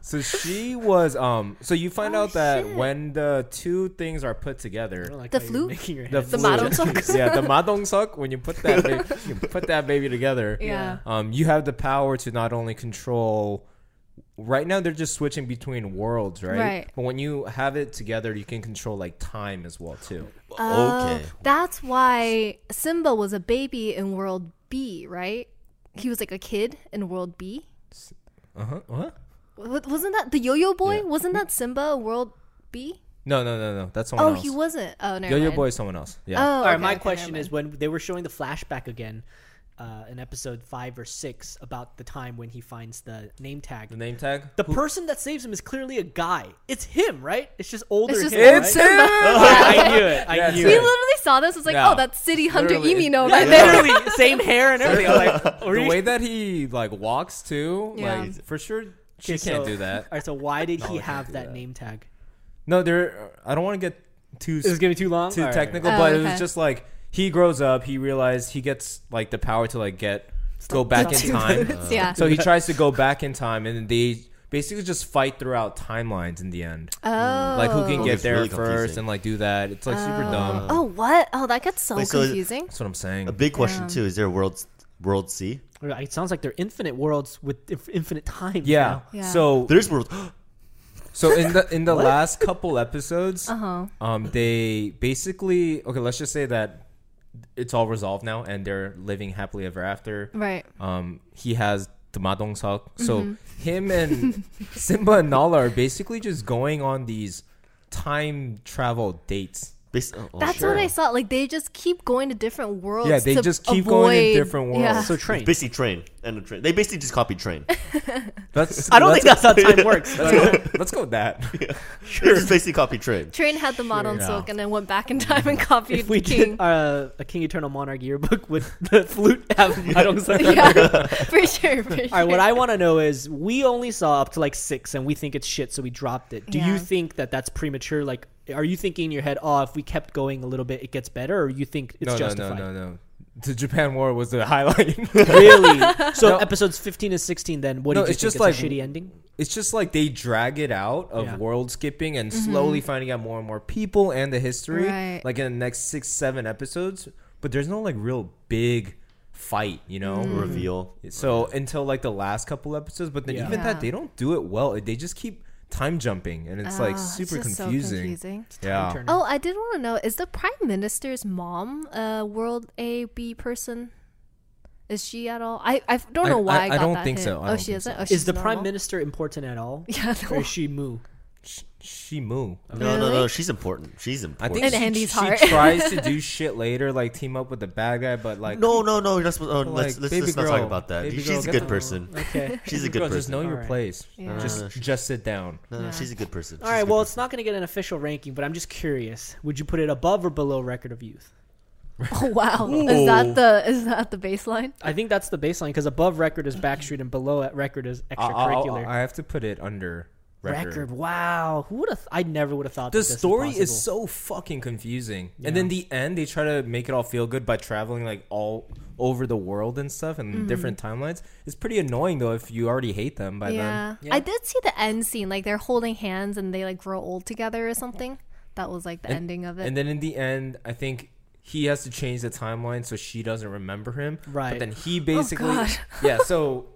so she was um. So you find out that when the two things are put together,
like
The
how you're
flute?
making your
the
head.
flu-
Madong-seok.
yeah, the madong suck. When you put that, baby, you put that baby together.
Yeah.
Um, you have the power to not only control. Right now, they're just switching between worlds, right?
Right.
But when you have it together, you can control like time as well too.
Oh,
okay.
That's why Simba was a baby in World B, right? He was like a kid in World B.
Uh huh. What?
Wa- Wasn't that the Yo-Yo Boy?
Yeah.
Wasn't that Simba in World B?
No, no, no, no. That's someone
Oh,
else.
he wasn't. Oh, never
Yo Yo
mind.
Boy is someone else.
Oh,
Yeah.
All right, my question is when they were showing the flashback again, uh, in episode five or six about the time when he finds the name tag.
the name tag.
The person that saves him is clearly a guy. It's him, right? It's just older.
It's just
him,
It's
right? I knew it. I
Yeah, it's
knew
We
him.
it.
literally saw this. It's like,
Yeah.
oh, that's City Hunter
Literally.
Emino
Yeah,
right there.
literally same hair and everything. I'm like,
The way that he like walks too,
Yeah.
like for sure she can't do
All
that.
right, so why did he
I can't
have
do
that,
that.
name tag?
No, there. I don't want to get too
Is this gonna be too long?
too
All right.
technical,
Oh,
but it
okay.
was just like he grows up. He realized he gets like the power to like get go back in time.
yeah.
So he tries to go back in time, and they basically just fight throughout timelines in the end.
oh.
Like who can
Oh,
get
it's
there
really
first
confusing.
and like do that? It's like super dumb.
Oh, what? Oh, that gets so
Wait, so-
confusing.
That's what I'm saying.
a big question
Yeah.
too. Is there world world C?
It sounds like they're infinite worlds with inf- infinite time.
yeah.
Yeah.
So
There's world.
So in the in the last couple episodes,
Uh-huh.
um, they basically okay. Let's just say that it's all resolved now, and they're living happily ever after.
Right.
Um, he has the Ma Dong Seok. So
Mm-hmm.
him and Simba and Nala are basically just going on these time travel dates.
Bas- oh, oh,
That's
sure.
what I saw. Like they just keep going to different worlds.
Yeah, they
to
just keep going in
avoid-
different worlds.
Yeah.
So train.
Basically, train and a train. They basically just copied train.
That's
I don't
let's,
think that's how time works.
Let's go, let's go with that.
They just basically copied train.
Train had the mod on
Yeah.
silk and then went back in time and copied
If we
King.
did uh, a King Eternal Monarch yearbook with the flute, have I don't
yeah, for sure. For sure.
All right, what I want to know is we only saw up to like six and we think it's shit, so we dropped it. Do
Yeah.
you think that that's premature? Like, are you thinking in your head, oh, if we kept going a little bit, it gets better, or you think it's
No, no, no,
justified?
no, no. The Japan War was the highlight.
Really? So
No.
episodes fifteen and sixteen, then what
No,
do you
it's
think?
just
it's
like-
a shitty ending.
it's just like they drag it out of
Yeah.
world skipping and slowly finding out more and more people and the history
Mm-hmm. Right.
like in the next six seven episodes but there's no like real big fight you know
Mm-hmm.
Reveal.
so until like the last couple episodes but then
Yeah.
even
Yeah.
that they don't do it well they just keep time jumping and it's like
Oh,
super
just so
confusing.
confusing.
yeah
Turner.
Oh, I did want to know: Is the prime minister's mom a world A B person? Is she at all? I I don't
I-
know why
I-
I,
I
got
don't
that
think
hint.
so. I
Oh,
don't
she
think
isn't.
so.
Oh, she's
Is the prime
normal?
minister important at all?
Yeah,
Or
no.
is she Mu?
Sh- she moo
No, no, no.
Really?
She's important. She's
i
important.
think
In
she,
Andy's
she
heart.
tries to do shit later like team up with the bad guy but like
no, no, no. You're not supposed. Oh,
Like,
let's let's,
baby
let's not talk
girl,
about that.
baby
she's
girl,
a
get
good
the-
person.
Okay.
She's a good
Girl,
person. Ah.
just know your
Alright.
place
Yeah.
just
No, no, no.
just sit down
No, no, she's a good person.
All right. Well, it's not going to get an official ranking, but I'm just curious. Would you put it above or below Record of Youth?
Oh wow, is that the is that the baseline?
I think that's the baseline because above Record is Backstreet and below at Record is
I- I- I-
extracurricular.
I have to put it under
record.
record.
Wow, who would have? I never would have thought
The
that this
story
was
is
possible.
so fucking confusing, and then the end they try to make it all feel good by traveling like all over the world and stuff and different timelines. It's pretty annoying though if you already hate them by then.
Yeah. I did see the end scene, like they're holding hands and they like grow old together or something. That was like the ending of it.
And then in the end, I think he has to change the timeline so she doesn't remember him.
Right.
But then he basically,
God.
yeah. So,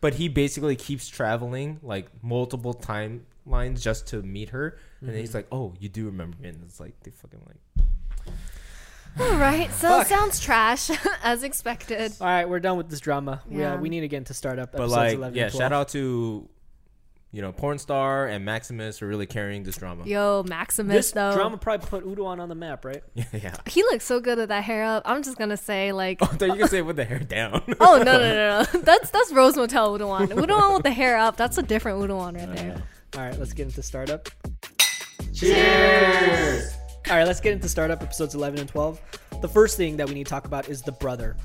but he basically keeps traveling like multiple timelines just to meet her, and then he's like, "Oh, you do remember me?" And it's like they fucking like.
All right, so it sounds trash as expected.
All right, we're done with this drama. Yeah, we, uh,
Yeah.
we need again to start up.
but
episodes
like
11,
yeah
12.
shout out to you know porn star and maximus for really carrying this drama
Yo, Maximus
This
though.
drama probably put Uduan on the map, right?
yeah
He looks so good with that hair up. I'm just gonna say like
Oh,
I thought you could say with the hair down
Oh no no no no! That's that's Rose Motel Udon. Udon with the hair up. That's a different Udon right there.
All right, let's get into startup. Cheers! All right, let's get into startup episodes 11 and 12. The first thing that we need to talk about is the brother.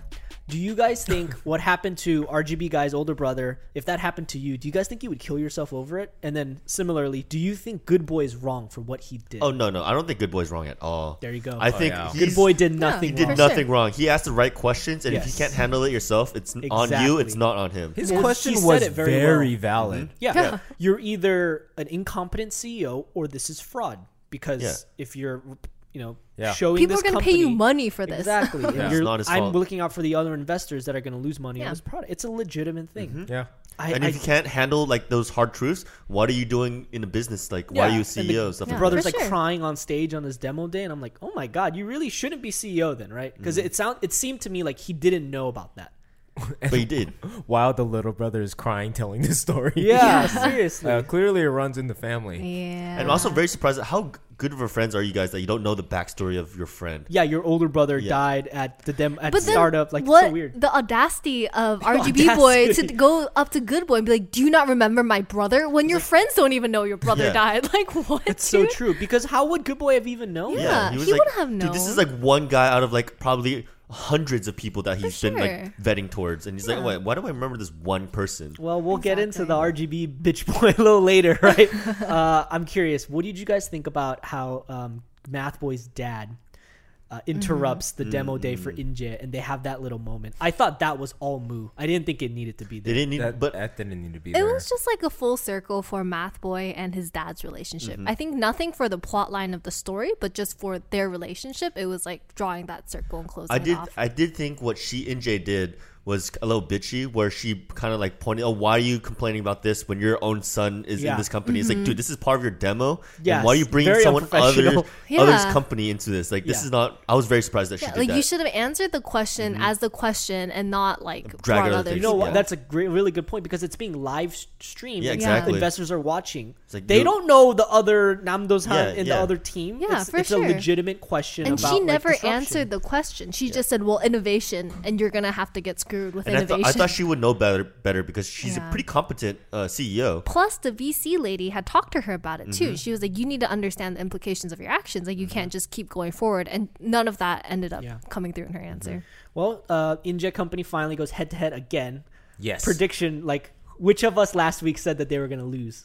Do you guys think what happened to RGB guy's older brother, if that happened to you, do you guys think you would kill yourself over it? And then similarly, do you think Good Boy is wrong for what he did?
Oh no, no. I don't think Good Boy's wrong at all.
There you go.
I think
Oh, yeah.
he's-
Good Boy did nothing
He did
wrong.
sure.
nothing wrong. He asked the right questions, and if
Yes.
you can't handle it yourself, it's on you.
Exactly.
It's not on him.
his
Well,
question
he said
was
it very
very,
well. Mm-hmm.
valid
Yeah. You're either an incompetent CEO or this is fraud because
Yeah.
if you're you know
Yeah.
showing
People
this
are gonna
company,
pay you money for this.
Exactly. and
It's
you're-
not his
I'm
fault.
looking out for the other investors that are going to lose money
Yeah.
on this product. It's a legitimate thing.
yeah
I,
Mm-hmm. and
I,
if you can't handle like those hard truths, what are you doing in a business? Like, why
Yeah.
are you
And the-
CEO? Stuff
the
like
brother's
For
like
sure.
crying on stage on his demo day, and I'm like, oh my god, you really shouldn't be CEO then, right? Because
Mm-hmm.
it sound it seemed to me like he didn't know about that.
that. But he did.
while the little brother is crying telling this story
Yeah, seriously.
uh, clearly it runs in the family
Yeah.
And also very surprised at how g- good of a friends are you guys that you don't know the backstory of your friend.
yeah, your older brother
Yeah.
died at the dem at
but then
startup. Like
what?
it's so weird.
The audacity of RGB boy to
audacity.
go up to Good Boy and be like, "Do you not remember my brother?" When your friends don't even know your brother
Yeah.
died. Like what?
It's so
dude?
true because how would Good Boy have even known?
Yeah. he wouldn't have
Dude, this is
known."
like one guy out of like probably hundreds of people that he's been
sure.
like vetting towards, and he's like, wait, why do I remember this one person?
Well, we'll get into the RGB bitch boy a little later, right? uh, I'm curious, what did you guys think about how um, Math Boy's dad uh,
Mm-hmm.
interrupts the demo day for
Mm-hmm.
Inja and they have that little moment? I thought that was all moo. I didn't think it needed to be
They
there.
didn't need,
that,
but
that didn't need to be
It
there
was just like a full circle for Math Boy and his dad's relationship.
Mm-hmm.
I think nothing for the plot line of the story, but just for their relationship, it was like drawing that circle and closing
I
it
did.
off.
I did think what she and Jay did was a little bitchy, where she kind of like pointed, "Oh, why are you complaining about this when your own son is
Yeah.
in this company?" It's
Mm-hmm.
like, dude, this is part of your demo. Yeah,
Yes,
why are you bringing
very
someone other
unprofessional.
other's
Yeah.
company into this? Like, this
Yeah.
is not. I was very surprised that she
Yeah,
did
like
that. Mm-hmm.
you should have answered the question as the question and not like
Drag
brought
other
others.
things
You know what?
Yeah.
That's a great, really good point because it's being live s- streamed.
Yeah,
and
exactly.
Investors are watching.
like,
they
you-
don't know the other Namdos Han
Yeah,
and the
yeah.
other team.
Yeah,
it's,
for
it's
sure.
a legitimate question.
and
about,
she
like,
never
disruption.
answered the question. She just said, "Well, innovation, and you're gonna have to get screwed with
and I,
innovation."
thought I thought she would know better, better because she's
Yeah.
a pretty competent uh, CEO.
Plus, the VC lady had talked to her about it
Mm-hmm.
too. She was like, "You need to understand the implications of your actions. Like, you can't just keep going forward." And none of that ended up
Yeah.
coming through in her
Mm-hmm.
answer.
Well, uh, Injet Company finally goes head to head again.
Yes.
Prediction: Like, which of us last week said that they were going to lose?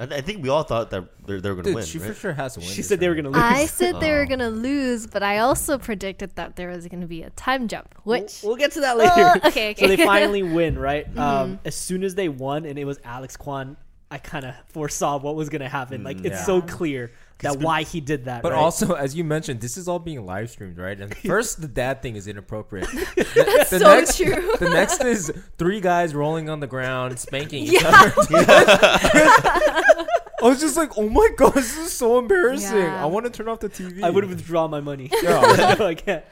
I, I think we all thought that they're, they're going to
Dude,
win.
she
right?
for sure has to win.
She
this
said they were
round.
going to lose.
I said
Oh.
they were gonna lose, but I also predicted that there was gonna be a time jump, which
We'll get to that later.
Oh, okay, Mm-hmm.
So they
okay.
finally win, right? Um, as soon as they won, and it was Alex Kwan, I kind of foresaw what was going to happen. Like, it's
Mm, yeah.
so clear that why he did that.
But
right?
also, as you mentioned, this is all being live streamed, right? And first, the dad thing is inappropriate. That's
so true.
The next is three guys rolling on the ground, spanking each
Yeah.
other. I was just like, oh my god, this is so embarrassing.
Yeah.
I want to turn off the TV.
I would withdraw my money.
Yeah.
I can't.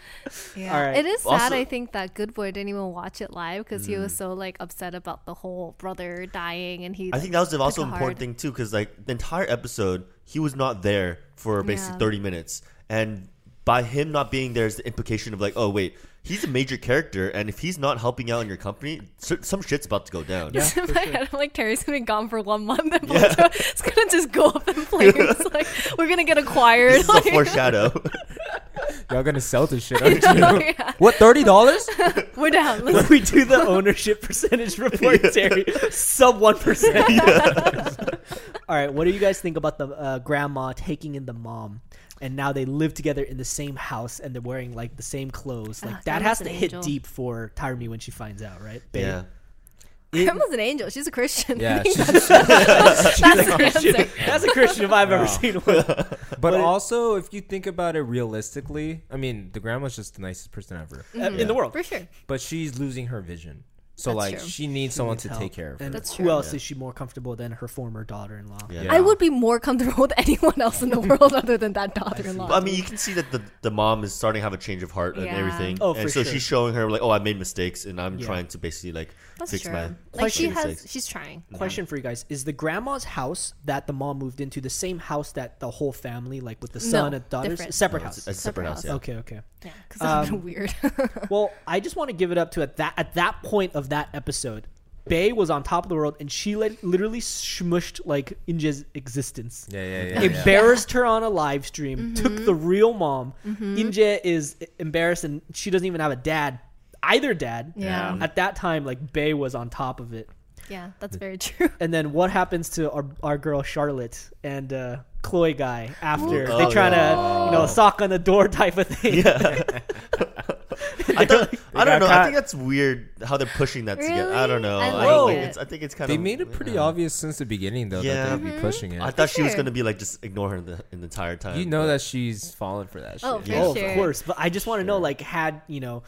Yeah.
All right.
It is sad,
Also-
I think, that Good Boy didn't even watch it live because he was so like upset about the whole brother dying, and he.
Mm. I
like,
think that was
took
also
it
an
hard.
important thing too, because like the entire episode, he was not there for basically
Yeah.
thirty minutes, and by him not being there is the implication of like, oh wait, he's a major character, and if he's not helping out in your company, cer- some shit's about to go down. Yeah.
in my head, I'm like, Terry's gonna be gone for one month, and Bojo is gonna just go up in flames. like, we're gonna get acquired.
This is a foreshadow.
Y'all gonna sell this shit, aren't you? What thirty dollars?
Oh, we're down. Let's-
we do the ownership percentage report, Terry. Sub one percent. All right, what do you guys think about the uh, grandma taking in the mom, and now they live together in the same house and they're wearing like the same clothes? Like
Ah,
that has
grandma's
to
an
hit
angel.
deep for Tyrone when she finds out, right? babe?
yeah.
Grandma's an angel. She's a Christian.
Yeah,
That's
she's-
her answer.
That's a Christian if I've ever
Wow.
seen one.
But also, if you think about it realistically, I mean, the grandma's just the nicest person ever.
Mm-hmm.
in the world.
For sure.
But she's losing her vision, so
That's
like
true.
she needs someone
needs
to
help.
take care of her.
And
That's
who
true.
else is she more comfortable than her former daughter-in-law?
Yeah.
I would be more comfortable with anyone else in the world other than that daughter-in-law.
I mean, you can see that the, the mom is starting to have a change of heart and
Yeah.
everything.
Oh, for
and so
sure.
she's showing her like, oh, I made mistakes, and I'm
Yeah.
trying to basically like
That's
fix
true.
my
Like she
my
has,
mistakes.
she's trying.
Question for you guys: Is the grandma's house that the mom moved into the same house that the whole family, like with the son
No,
and daughters,
different.
separate
No, it's
house?
a separate house. yeah.
Okay, okay.
Yeah, because that's weird.
Well, I just want to give it up to at that at that point of that episode, Bay was on top of the world, and she li- literally smushed like Inja's existence.
Yeah, yeah, yeah. yeah.
Embarrassed her on a live stream.
Mm-hmm.
Took the real mom. Inja is e, embarrassed, and she doesn't even have a dad, either dad.
Yeah.
At that time, like Bay was on top of it.
yeah, that's very true.
and then what happens to our, our girl Charlotte and uh, Chloe guy after
Oh,
they try to
yeah.
you know sock on the door type of thing?
I don't, I
got
don't know.
caught.
I think that's weird how they're pushing that together. I
Really?
don't know.
I
I,
like
don't
it.
think it's, I think it's kind
They
of.
made it pretty obvious since the beginning, though,
Yeah.
that they'd
Mm-hmm.
be pushing it.
I thought she was
sure.
gonna be like just ignore her the, in the entire time.
you know that she's fallen for that shit.
Oh, for
oh,
sure.
of course. But I just want to know, like, had you know,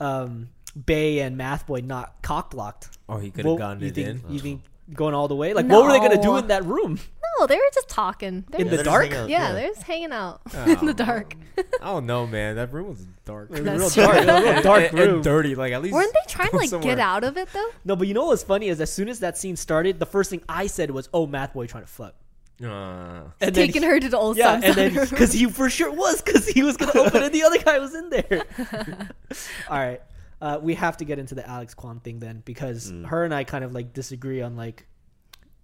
um, Bay and Mathboy not cock blocked,
Oh, he could have
what-
gotten
you
it
think
in.
you think going all the way? Like, what were they gonna do
No.
in that room?
No, they were just talking. They're
In
Yeah,
the
just-
they just hang
dark?
out,
yeah, they're just hanging out in the dark.
I don't know, man. That room was dark.
It was
That's
real dark,
true.
it was a real dark
and, and
room.
dirty. Like at least
Weren't they trying to
go
like
somewhere.
get out of it though?
No, but you know what's funny is as soon as that scene started, the first thing I said was, "Oh, Mathboy trying to fuck,"
Uh,
and then
Taking
he-
her to the old
Yeah, and
Samsung
then
room.
because he for sure was because he was gonna open it, the other guy was in there. All right, uh, we have to get into the Alex Kwan thing then because her and I kind of like disagree on like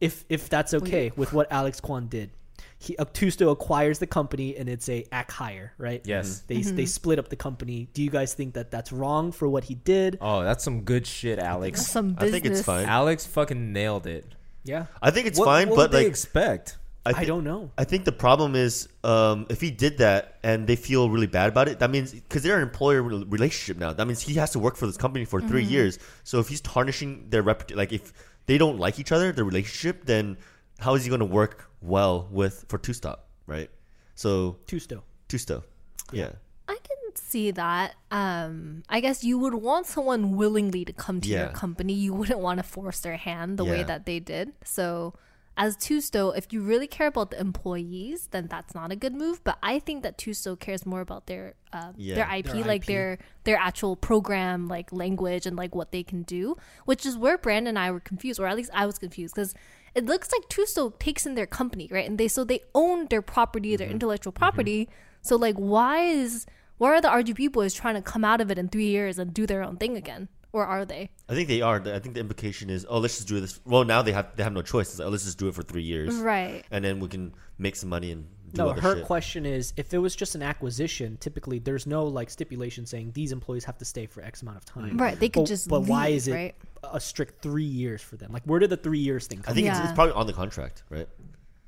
if if that's okay with what Alex Kwan did. He Tusto acquires the company and it's a act hire, right?
Yes.
They they split up the company. Do you guys think that that's wrong for what he did?
oh, that's some good shit, Alex.
Some
I
business.
think it's fine.
Alex fucking nailed it.
Yeah,
I think it's
What-
fine,
what
but
did they
like
expect.
I,
I
thi-
don't know.
I think the problem is um, if he did that and they feel really bad about it, that means because they're an employer re- relationship now. That means he has to work for this company for
Mm-hmm.
three years. So if he's tarnishing their rep, like if they don't like each other, their relationship, then how is he going to work well with for two stop, right? So
Tusto.
two stop, yeah.
I can didn't see that. Um, I guess you would want someone willingly to come to your
Yeah.
company. You wouldn't want to force their hand the way
Yeah.
that they did. So, as Tusto, if you really care about the employees, then that's not a good move. But I think that Tusto cares more about their uh,
Yeah.
their IP,
Their
like
IP.
their their actual program, like language and like what they can do, which is where Brandon and I were confused, or at least I was confused because. It looks like Tusto takes in their company, right? And they so they own their property, their
Mm-hmm.
intellectual property. So like, why is why are the RGB boys trying to come out of it in three years and do their own thing again, or are they?
I think they are. I think the implication is, oh, let's just do this. Well, now they have they have no choice. It's like, oh, let's just do it for three years,
Right.
And then we can make some money and do
No,
other
her
shit.
question is if it was just an acquisition, typically there's no like stipulation saying these employees have to stay for X amount of
Mm.
time.
Right, they could
But-
just
But why
leave,
is it
right?
a strict three years for them? Like, where did the three years thing
I
come?
think it's,
Yeah.
it's probably on the contract, right?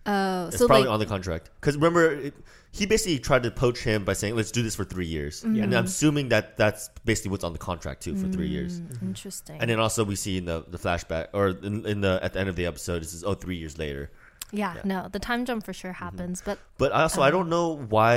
Oh,
It's
so
probably
like,
on the contract. Because remember, it, he basically tried to poach him by saying, "Let's do this for three years,"
Mm-hmm.
and I'm assuming that that's basically what's on the contract too for three years.
Mm-hmm. interesting.
And then also we see in the, the flashback or in, in the at the end of the episode, it says, "Oh, three years later."
yeah, no, the time jump for sure
Mm-hmm.
happens, but
But I also, I
Uh-huh.
don't know why.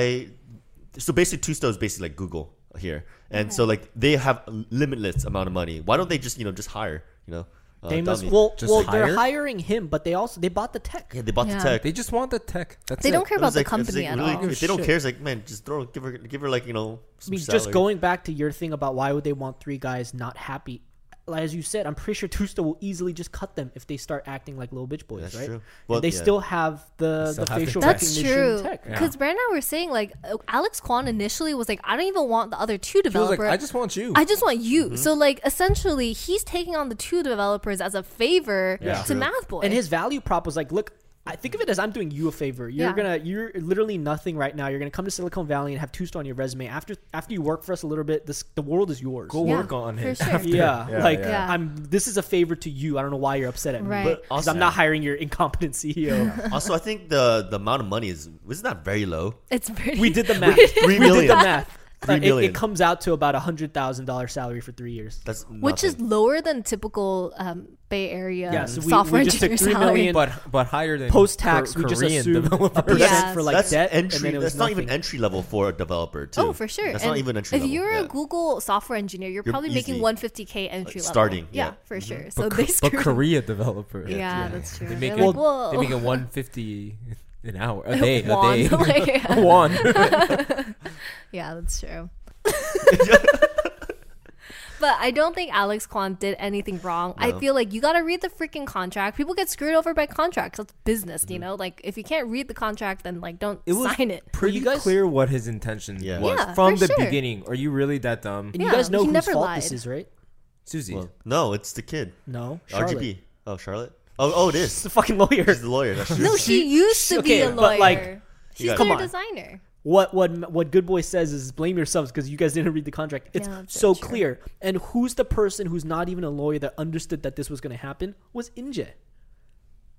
So basically, Tusto is basically like Google here, and so like they have a limitless amount of money. Why don't they just you know just hire you know? Uh,
They must
dummy?
well,
Just
well
hire?
they're hiring him, but they also they bought the tech.
yeah, they bought
Yeah.
the tech.
They just want the tech. That's
they
it.
don't care
It
about
was
the
like- it's
company
like
at
really-
all.
If they don't
Shit.
care, it's like man, just throw give her give her like you know.
I
Some
mean, just
salary.
going back to your thing about why would they want three guys not happy? Like, As you said, I'm pretty sure Tusta will easily just cut them if they start acting like little bitch boys,
That's
right?
true.
And
Well,
they
yeah.
still have the,
still
the
have the
facial
tech.
That's
recognition
true.
tech.
Because Brandon and I were saying, like, uh, Alex Kwan
Mm-hmm.
initially was like, I don't even want the other two
He was
developers.
like, I just want you.
I just want you.
Mm-hmm.
So, like, essentially, he's taking on the two developers as a favor
Yeah.
to Math Boy.
And his value prop was like, look, I think of it as I'm doing you a favor. You're
Yeah.
gonna, you're literally nothing right now. You're gonna come to Silicon Valley and have Tusta on your resume. After after you work for us a little bit, this the world is yours.
Go
Yeah,
work on
for
him.
sure.
after.
Yeah, like
yeah.
I'm. This is a favor to you. I don't know why you're upset at
Right.
me,
But
because
also-
I'm not hiring your incompetent E CEO.
also, I think the the amount of money is isn't that very low.
it's pretty.
We did the math. we
Three
did the
million.
math.
Three
Uh, it- it,
million.
comes out to about a hundred thousand dollars salary for three years.
That's
Which is
nothing.
lower than typical um, Bay Area
Yeah, so we-
software
we just took three
engineer salary.
million
But but higher than
Post tax,
Kor-
we just
Korean
assumed a
developers.
percent
Yeah.
for like
that's
debt,
entry.
and then it was
that's not even
nothing.
entry level for a developer. Too.
Oh, for sure.
That's
And
not even entry
If
level.
you're
Yeah.
a Google software engineer, you're,
You're
probably making
easy.
150k entry level.
starting, yeah. Mm-hmm.
for sure. So
But,
they
Ko- but
screwed.
Korea developer.
yeah, that's true.
They
They're
make
like,
it.
whoa.
They make it one fifty an hour. A day.
Won.
A
Like,
day.
yeah.
Won.
Yeah, that's true. but I don't think Alex Kwan did anything wrong. I feel like you got to read the freaking contract. People get screwed over by contracts. That's business, you know? Like, if you can't read the contract, then, like, don't
It was
sign it.
pretty
guys-
clear what his intention
Yeah.
was
Yeah,
from
for
the
sure.
beginning. Are you really that dumb,
And
Yeah,
you guys know
he
whose
never
fault this
lied.
is, right?
Susie?
Well, no, it's the kid.
No, Charlotte.
RGB. Oh, Charlotte. Oh, oh, it
It's
is.
the fucking lawyer.
She's the lawyer. That's true.
No, she used to be
okay,
a lawyer.
but, like,
She's
Yeah.
their
Come
on.
designer.
what what what good boy says is blame yourselves because you guys didn't read the contract it's
Yeah, that's
so
true.
clear and who's the person who's not even a lawyer that understood that this was going to happen was inja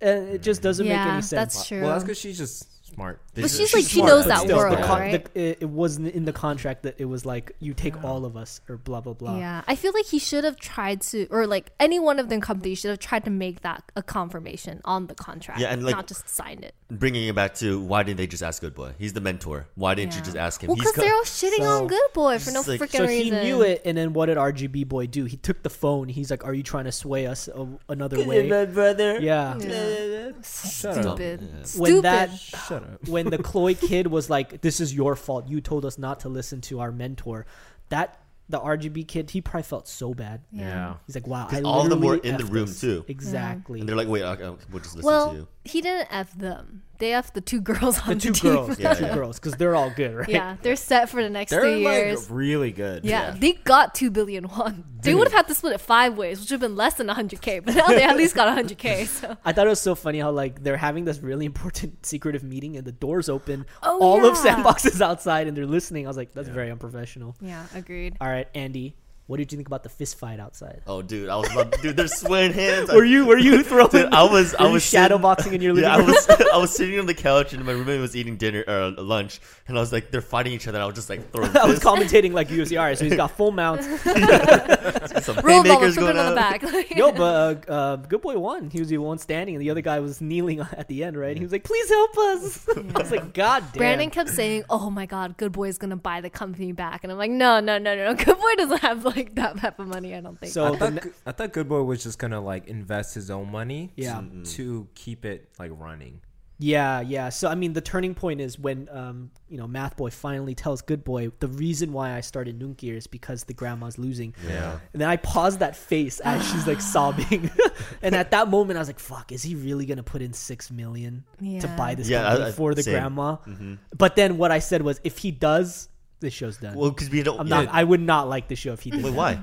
and it just doesn't make
Yeah,
any sense
that's true.
Well, that's because she's just smart.
but
She's
she's, like, she
smart,
knows
but
that
still,
world,
the
the
con-
right? Oh.
the, it, it wasn't in the contract that it was like you take all of us or blah blah blah
Yeah, I feel like he should have tried to, or like any one of them companies should have tried to make that a confirmation on the contract,
Yeah, and, like-
not just signed it.
Bringing it back to why didn't they just ask Good Boy? He's the mentor. Why didn't
Yeah.
you just ask him?
Well,
He's
because
co-
they're all shitting on
So-
Good Boy for no
It's like-
freaking
so he
reason.
knew it and then what did rgb boy do he took the phone he's like are you trying to sway us a, another way
brother.
yeah
Shut up.
Stupid.
When
Stupid.
that-
Shut up.
when the Cloy kid was like, "This is your fault. You told us not to listen to our mentor." That the RGB kid, he probably felt so bad.
Yeah.
He's like, "Wow, I
all of them were
literally
in the
effed
room,
this."
too.
Exactly.
And they're like, wait, okay, okay, we'll just listen to you.
well, he didn't f them. They f the two girls on
the
the,
two
team.
girls,
Yeah,
the two
yeah.
girls, because they're all good, right?
Yeah, they're set for the next
They're
three
like
years.
really good.
yeah, they got two billion won. They would have had to split it five ways, which would have been less than 100k. But now they at least got 100k. So
I thought it was so funny how like they're having this really important secretive meeting and the doors open,
Oh,
all of
yeah.
Sandbox is outside and they're listening. I was like, that's very unprofessional.
yeah, agreed.
All right, Andy, What did you think about the fist fight outside?
Oh, dude, I was about, dude. They're sweating hands.
Were you were you throwing?
Dude, I was I
were you
was
shadow
sitting-
boxing in your living
yeah, I
room.
was I was sitting on the couch and my roommate was eating dinner or lunch, and I was like, they're fighting each other. And I was just like throwing
I was
fists,
commentating like UFC. All right, so he's got full mounts.
some
Roll ball
haymakers
with
going
on the
out.
back.
Yo, but uh, uh, good boy won. He was the one standing, and the other guy was kneeling at the end, right? He was like, "Please help us." I was like, "God damn."
Brandon kept saying, "Oh my God, Good Boy is gonna buy the company back," and I'm like, "No, no, no, no, no. Good Boy doesn't have like that type of money. I don't think."
So
I
the
thought,
ne-
G- I thought Good Boy was just gonna like invest his own money,
Yeah. Mm-hmm.
to, to keep it like running.
yeah, yeah. So I mean, the turning point is when um, you know Math Boy finally tells Good Boy the reason why I started Nunkier is because the grandma's losing.
Yeah.
And then I paused that face as she's like sobbing, and at that moment I was like, "Fuck, is he really gonna put in six million to
Yeah.
buy this
Yeah,
company
I- I-
for the
same. Mm-hmm.
grandma?" But then what I said was, if he does, this show's done.
Well, because we don't.
I'm
yeah.
not. I would not like the show if he did.
Wait,
that.
why?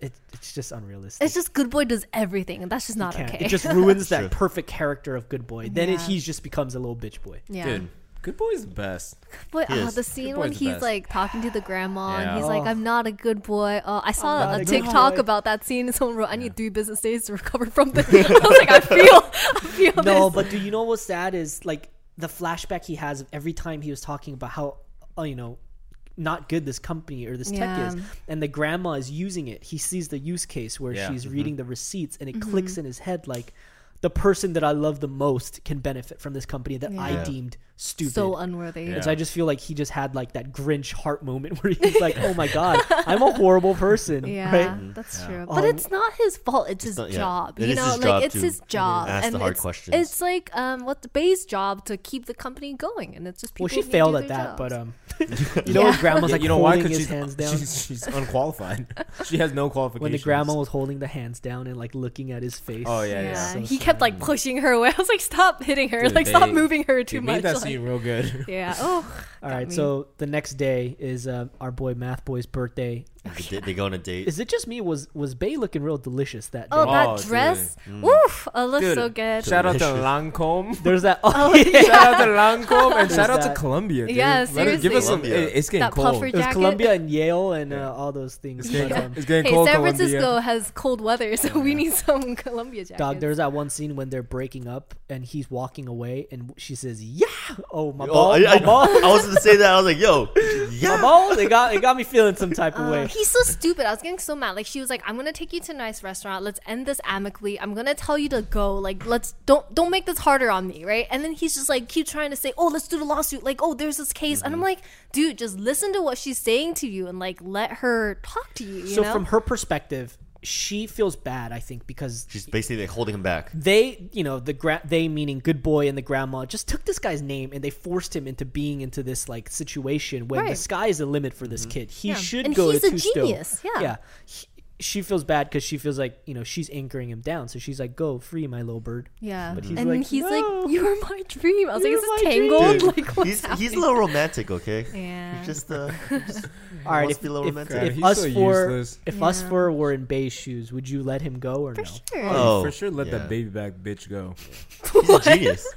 It, it's just unrealistic.
it's just Good Boy does everything, and that's just not
Can't-
okay.
It just ruins
True.
that perfect character of good boy. Then it,
Yeah.
he just becomes a little bitch boy.
yeah.
Dude, Good Boy's the best.
But
He
uh,
is.
the scene
Good
when
boy's the
he's
best.
like talking to the grandma
Yeah.
and he's like,
Oh.
"I'm not a good boy." Oh, I saw
not
a,
a good
TikTok
boy.
about that scene. and Someone wrote, "I need three business days to recover from this." I was like, "I feel, I feel
No,
this."
but do you know what's sad is like the flashback he has of every time he was talking about how uh, you know not good this company or this
Yeah.
tech is, and the grandma is using it. He sees the use case where
Yeah. Mm-hmm.
she's reading the receipts, and it
Mm-hmm.
clicks in his head like. The person that I love the most can benefit from this company that I
Yeah.
deemed stupid.
so uh, unworthy.
Yeah.
And so I just feel like he just had like that Grinch heart moment where he's like, "Oh my god, I'm a horrible person."
Yeah,
Right?
that's true. But it's not his fault. It's his
not- yeah.
job.
It
you
is
know,
his
like
job
it's
to
his job.
ask the
and
hard
it's,
questions.
It's like um, what the Bay's job to keep the company going, and it's just people.
Well, she
who
failed
do
at
their
that, but
jobs.
um, you know, when grandma's
Yeah,
like
you know why?
holding
Because
his
she's,
hands down.
she's she's unqualified. she has no qualifications.
when the grandma was holding the hands down and like looking at his face.
Oh yeah,
yeah,
yeah.
So
he kept like pushing her away. I was like, stop hitting her,
Dude,
like stop
they-
moving her
Dude,
too
made
much.
that
like-
scene real good.
yeah. Oh.
All
got
right.
me.
So the next day is uh, our boy Math Boy's birthday.
They, they go on a date.
Is it just me? Was was Bay looking real delicious that day?
Oh,
Oh,
that
dude.
dress. Woof. Oh, looks
Dude,
so good.
Shout out to
Delicious.
Lancome.
There's that. Oh, yeah.
shout out to Lancome and shout out to
that?
Colombia. Dude.
Yeah,
Let it- give us some.
seriously.
it- it's getting
That
cold.
puffer
It was
jacket.
Colombia and Yale and uh, all those things.
It's getting,
But, um,
it's getting
Hey,
cold.
San
Colombia.
Francisco has cold weather, so we need some Columbia jackets.
Dog, there's that one scene when they're breaking up and he's walking away and she says, "Yeah, oh my
Oh,
ball,
I, I,
my ball,
I was gonna say that. I was like, yo, yeah.
my ball." They got, it got me feeling some type of
Uh,
way.
he's so stupid. I was getting so mad. Like she was like, "I'm gonna take you to a nice restaurant. Let's end this amicably. I'm gonna tell you to go. Like let's don't don't make this harder on me, right?" And then he's just like keep trying to say, "Oh, let's do the lawsuit. Like oh, there's this case."
Mm-hmm.
And I'm like, "Dude, just listen to what she's saying to you and like let her talk to you." you
so
know?
from her perspective, she feels bad, I think, because
She's basically like holding him back.
they, you know, the gra- they meaning good boy and the grandma just took this guy's name and they forced him into being into this like situation when the
Right.
sky is the limit for
Mm-hmm.
this kid. He
Yeah.
should
And
go
he's
to
a
Tusto.
genius, yeah.
Yeah. He- she feels bad because she feels like you know she's anchoring him down, so she's like, "Go free my little bird."
yeah,
But he's
and
like,
he's
"No."
like, "You are my dream." I was
You're
like, "Is this
my dream."
tangled?"
Dude,
like what's
he's
happening?
he's a little romantic, okay?
Yeah.
He's just uh, just
All right,
wants
if,
to be a little
if,
romantic.
God,
if
he's
us
so
four,
useless.
if us
Yeah.
four were in Bay's shoes, would you let him go or
For
no?
sure.
Oh,
Oh,
for sure, let
yeah.
that baby back bitch go.
he's a genius.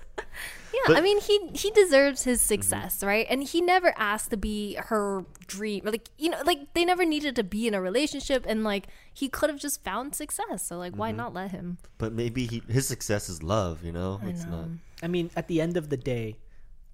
Yeah,
But-
I mean he he deserves his
Mm-hmm.
success, right? And he never asked to be her dream. Like you know, like they never needed to be in a relationship and like he could have just found success. So like why
Mm-hmm.
not let him?
But maybe he, his success is love. You know, it's not.
I mean, at the end of the day,